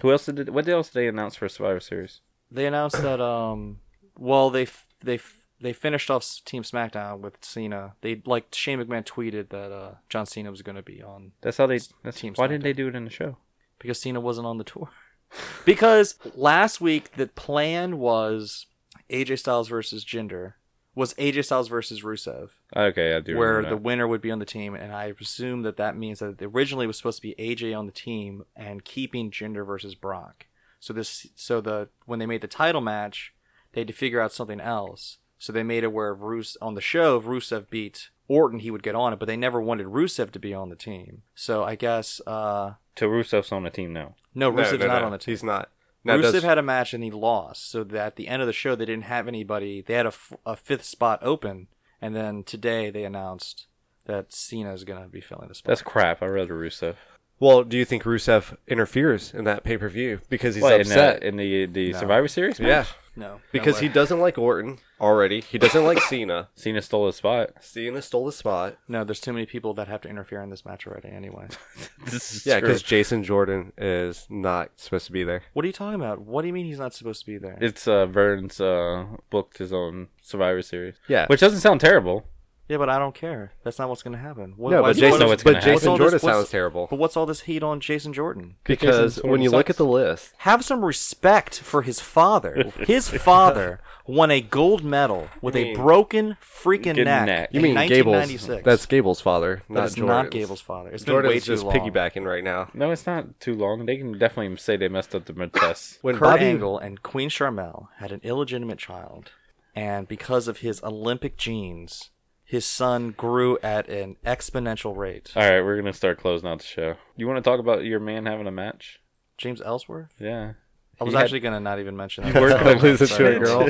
[SPEAKER 1] Who else did? What else did they announce for Survivor Series?
[SPEAKER 2] They announced that. Um, well, they f- they f- they finished off s- Team SmackDown with Cena. They like Shane McMahon tweeted that uh, John Cena was going to be on
[SPEAKER 1] That's how they. That's,
[SPEAKER 2] Team
[SPEAKER 1] why didn't they do it in the show?
[SPEAKER 2] because Cena wasn't on the tour. because last week the plan was AJ Styles versus Jinder was AJ Styles versus Rusev,
[SPEAKER 1] Okay, I do.
[SPEAKER 2] where the
[SPEAKER 1] remember
[SPEAKER 2] winner would be on the team, and I presume that that means that originally it was supposed to be AJ on the team and keeping Jinder versus Brock. So this, so the when they made the title match, they had to figure out something else. So they made it where if Rus on the show, if Rusev beat Orton, he would get on it, but they never wanted Rusev to be on the team. So I guess uh,
[SPEAKER 1] that. to Rusev's on the team now.
[SPEAKER 2] no,
[SPEAKER 3] No,
[SPEAKER 2] Rusev's
[SPEAKER 3] no,
[SPEAKER 2] not
[SPEAKER 3] no,
[SPEAKER 2] on the team.
[SPEAKER 3] He's not. Now,
[SPEAKER 2] Rusev
[SPEAKER 3] does-
[SPEAKER 2] had a match and he lost, so that at the end of the show they didn't have anybody. They had a, f- a fifth spot open, and then today they announced that Cena is going to be filling the spot.
[SPEAKER 1] That's crap. I rather Rusev.
[SPEAKER 3] well, do you think Rusev interferes in that pay per view because he's
[SPEAKER 1] What, in
[SPEAKER 3] upset?
[SPEAKER 1] the, in the the Survivor Series?
[SPEAKER 3] yeah,
[SPEAKER 1] match?
[SPEAKER 2] no,
[SPEAKER 3] because he doesn't like Orton already. He doesn't like Cena.
[SPEAKER 1] Cena stole his spot.
[SPEAKER 3] Cena stole the spot.
[SPEAKER 2] no. There's too many people that have to interfere in this match already. Anyway,
[SPEAKER 1] This is
[SPEAKER 3] Yeah,
[SPEAKER 1] true.
[SPEAKER 3] because Jason Jordan is not supposed to be there.
[SPEAKER 2] what are you talking about? What do you mean he's not supposed to be there?
[SPEAKER 1] it's uh, Vern's uh, booked his own Survivor Series.
[SPEAKER 3] Yeah.
[SPEAKER 1] which doesn't sound terrible.
[SPEAKER 2] yeah, but I don't care. That's not what's going to happen. What,
[SPEAKER 3] no,
[SPEAKER 2] why-
[SPEAKER 3] but
[SPEAKER 1] you
[SPEAKER 3] Jason,
[SPEAKER 1] know what's
[SPEAKER 3] but
[SPEAKER 1] gonna happen.
[SPEAKER 2] what's
[SPEAKER 3] Jason
[SPEAKER 2] all
[SPEAKER 3] Jordan
[SPEAKER 2] this- what's-
[SPEAKER 3] sounds terrible
[SPEAKER 2] But what's all this heat on Jason Jordan?
[SPEAKER 3] because
[SPEAKER 1] Jason
[SPEAKER 3] when you
[SPEAKER 1] Jordan
[SPEAKER 3] look at
[SPEAKER 1] sucks.
[SPEAKER 3] the list,
[SPEAKER 2] Have some respect for his father. His father won a gold medal with a broken freaking
[SPEAKER 1] Good
[SPEAKER 2] neck.
[SPEAKER 1] neck.
[SPEAKER 3] you
[SPEAKER 2] in
[SPEAKER 3] mean Gable's?
[SPEAKER 2] 1996.
[SPEAKER 3] That's Gable's father.
[SPEAKER 2] That
[SPEAKER 3] Not
[SPEAKER 2] is not
[SPEAKER 3] Jordan's.
[SPEAKER 2] Gable's father. It's been way
[SPEAKER 3] Jordan's
[SPEAKER 2] too
[SPEAKER 3] just
[SPEAKER 2] long.
[SPEAKER 3] piggybacking right now.
[SPEAKER 1] No, it's not too long. They can definitely say they messed up the mid test.
[SPEAKER 3] When
[SPEAKER 2] Kurt
[SPEAKER 3] Bobby
[SPEAKER 2] Angle and Queen Charmel had an illegitimate child, and because of his Olympic genes, his son grew at an exponential rate.
[SPEAKER 1] All right, we're gonna start closing out the show. You want to talk about your man having a match?
[SPEAKER 2] James Ellsworth.
[SPEAKER 1] Yeah.
[SPEAKER 2] I was
[SPEAKER 1] He had-
[SPEAKER 2] actually going to not even mention that.
[SPEAKER 1] We're gonna lose this
[SPEAKER 3] to a girl.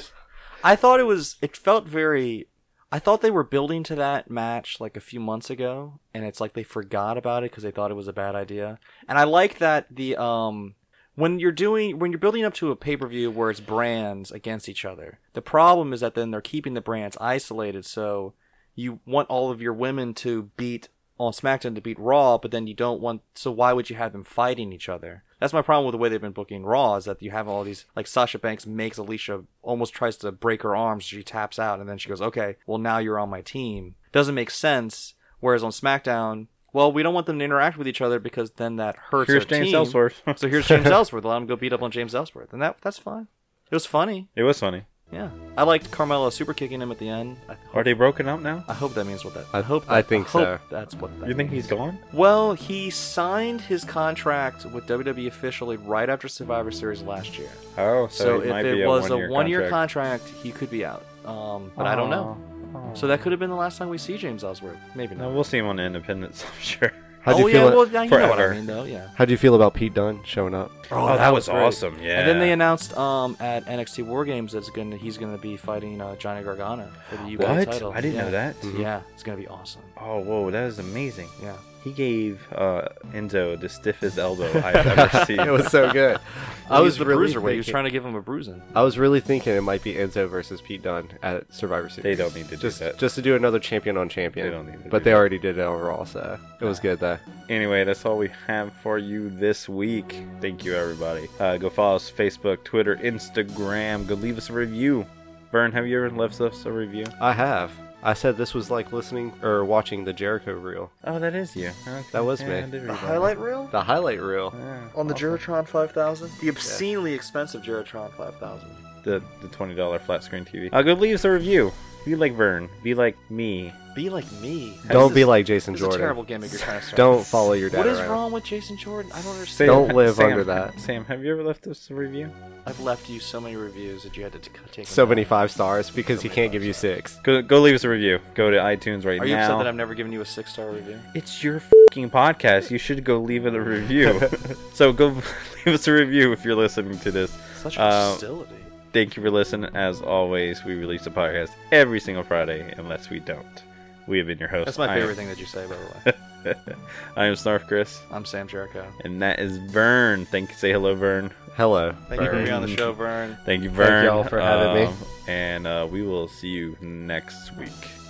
[SPEAKER 2] I thought it was. It felt very. I thought they were building to that match like a few months ago, and it's like they forgot about it because they thought it was a bad idea. And I like that the um when you're doing when you're building up to a pay per view where it's brands against each other. The problem is that then they're keeping the brands isolated, so you want all of your women to beat on SmackDown to beat Raw, but then you don't want. So why would you have them fighting each other? That's my problem with the way they've been booking Raw is that you have all these like Sasha Banks makes Alicia almost tries to break her arms, she taps out, and then she goes, "Okay, well now you're on my team." Doesn't make sense. Whereas on SmackDown, well, we don't want them to interact with each other because then that hurts.
[SPEAKER 1] Here's
[SPEAKER 2] our
[SPEAKER 1] James
[SPEAKER 2] team.
[SPEAKER 1] Ellsworth.
[SPEAKER 2] so here's James Ellsworth. Let him go beat up on James Ellsworth, and that that's fine. It was funny.
[SPEAKER 1] It was funny.
[SPEAKER 2] Yeah, I liked Carmella super kicking him at the end. I,
[SPEAKER 1] Are they broken up now?
[SPEAKER 2] I hope that means what that.
[SPEAKER 3] I-
[SPEAKER 2] I hope.
[SPEAKER 3] I think
[SPEAKER 2] hope
[SPEAKER 3] so.
[SPEAKER 2] That's what. That
[SPEAKER 1] You think
[SPEAKER 2] means.
[SPEAKER 1] he's gone?
[SPEAKER 2] Well, he signed his contract with WWE officially right after Survivor Series last year.
[SPEAKER 1] Oh,
[SPEAKER 2] So,
[SPEAKER 1] so, it might
[SPEAKER 2] if
[SPEAKER 1] be
[SPEAKER 2] it
[SPEAKER 1] a
[SPEAKER 2] was
[SPEAKER 1] one-year
[SPEAKER 2] a one-year
[SPEAKER 1] contract.
[SPEAKER 2] contract. he could be out. Um, but I don't know. So that could have been the last time we see James Ellsworth. Maybe
[SPEAKER 1] No,
[SPEAKER 2] not.
[SPEAKER 1] we'll see him on Independence, I'm sure.
[SPEAKER 3] How'd you
[SPEAKER 2] oh
[SPEAKER 3] feel?
[SPEAKER 2] yeah,
[SPEAKER 3] a-
[SPEAKER 2] well, yeah, you know what I
[SPEAKER 1] forever.
[SPEAKER 2] mean, though. Yeah.
[SPEAKER 3] How'd you feel about Pete Dunne showing up?
[SPEAKER 1] Oh, that, was,
[SPEAKER 2] great.
[SPEAKER 1] awesome. Yeah.
[SPEAKER 2] And then they announced um, at NXT War Games that's gonna he's gonna be fighting uh, Johnny Gargano for the UK
[SPEAKER 1] What?
[SPEAKER 2] title.
[SPEAKER 1] I didn't know
[SPEAKER 2] Yeah.
[SPEAKER 1] that.
[SPEAKER 3] Mm-hmm.
[SPEAKER 2] Yeah, it's gonna be awesome.
[SPEAKER 1] Oh, whoa, that is amazing.
[SPEAKER 2] Yeah.
[SPEAKER 1] He gave uh, Enzo the stiffest elbow I've ever seen.
[SPEAKER 3] It was so good. I
[SPEAKER 2] He
[SPEAKER 3] was
[SPEAKER 2] the
[SPEAKER 3] really
[SPEAKER 2] bruiser. where He was
[SPEAKER 3] thinking-
[SPEAKER 2] trying to give him a bruising.
[SPEAKER 3] I was really thinking it might be Enzo versus Pete Dunne at Survivor Series.
[SPEAKER 1] They don't need to do
[SPEAKER 3] just
[SPEAKER 1] that.
[SPEAKER 3] just to do another champion on champion.
[SPEAKER 1] They don't need to
[SPEAKER 3] but
[SPEAKER 1] do
[SPEAKER 3] they
[SPEAKER 1] that.
[SPEAKER 3] already did it overall, so it was good though.
[SPEAKER 1] Anyway, that's all we have for you this week. Thank you, everybody. Uh, go follow us Facebook, Twitter, Instagram. Go leave us a review. Vern, have you ever left us a review?
[SPEAKER 3] I have. I said this was like listening or watching the Jericho reel,
[SPEAKER 1] Oh, that is you. Okay.
[SPEAKER 3] That was
[SPEAKER 1] Yeah,
[SPEAKER 3] me.
[SPEAKER 1] I did read
[SPEAKER 2] The
[SPEAKER 1] that.
[SPEAKER 2] highlight reel
[SPEAKER 3] the highlight reel.
[SPEAKER 1] Yeah.
[SPEAKER 2] on the Juratron 5000, the obscenely expensive Juratron 5000.
[SPEAKER 1] The, the $20 flat screen TV. Uh, go leave us a review. Be like Vern. Be like me.
[SPEAKER 2] Be like me.
[SPEAKER 3] Don't
[SPEAKER 2] This
[SPEAKER 3] be
[SPEAKER 2] is-
[SPEAKER 3] like Jason
[SPEAKER 2] this is
[SPEAKER 3] Jordan.
[SPEAKER 2] a terrible gimmick you're trying to start.
[SPEAKER 3] Don't follow your dad
[SPEAKER 2] What is
[SPEAKER 3] around.
[SPEAKER 2] wrong with Jason Jordan? I don't understand.
[SPEAKER 1] Sam-
[SPEAKER 3] Don't live
[SPEAKER 1] Sam-
[SPEAKER 3] under that.
[SPEAKER 1] Sam, have you ever left us a review?
[SPEAKER 2] I've left you so many reviews that you had to t- take. them
[SPEAKER 3] So many
[SPEAKER 2] down.
[SPEAKER 3] five stars because he can't give you six.
[SPEAKER 1] Go, go leave us a review. Go to iTunes right now.
[SPEAKER 2] Are you upset that I've never given you a six star review?
[SPEAKER 1] It's your fucking podcast. You should go leave it a review. so go leave us a review if you're listening to this.
[SPEAKER 2] Such
[SPEAKER 1] Uh,
[SPEAKER 2] hostility.
[SPEAKER 1] Thank you for listening. As always, we release the podcast every single Friday, unless we don't. We have been your host.
[SPEAKER 2] That's my
[SPEAKER 1] I
[SPEAKER 2] favorite thing that you say, by the way.
[SPEAKER 1] am, I am Snarf Chris,
[SPEAKER 2] I'm Sam Jericho.
[SPEAKER 1] and that is Vern. Thank you. Say hello, Vern.
[SPEAKER 3] Hello.
[SPEAKER 2] Thank you for
[SPEAKER 1] Vern.
[SPEAKER 2] being on the show, Vern.
[SPEAKER 1] Thank you, Vern.
[SPEAKER 3] Thank y'all for having me.
[SPEAKER 1] Um, And uh, we will see you next week.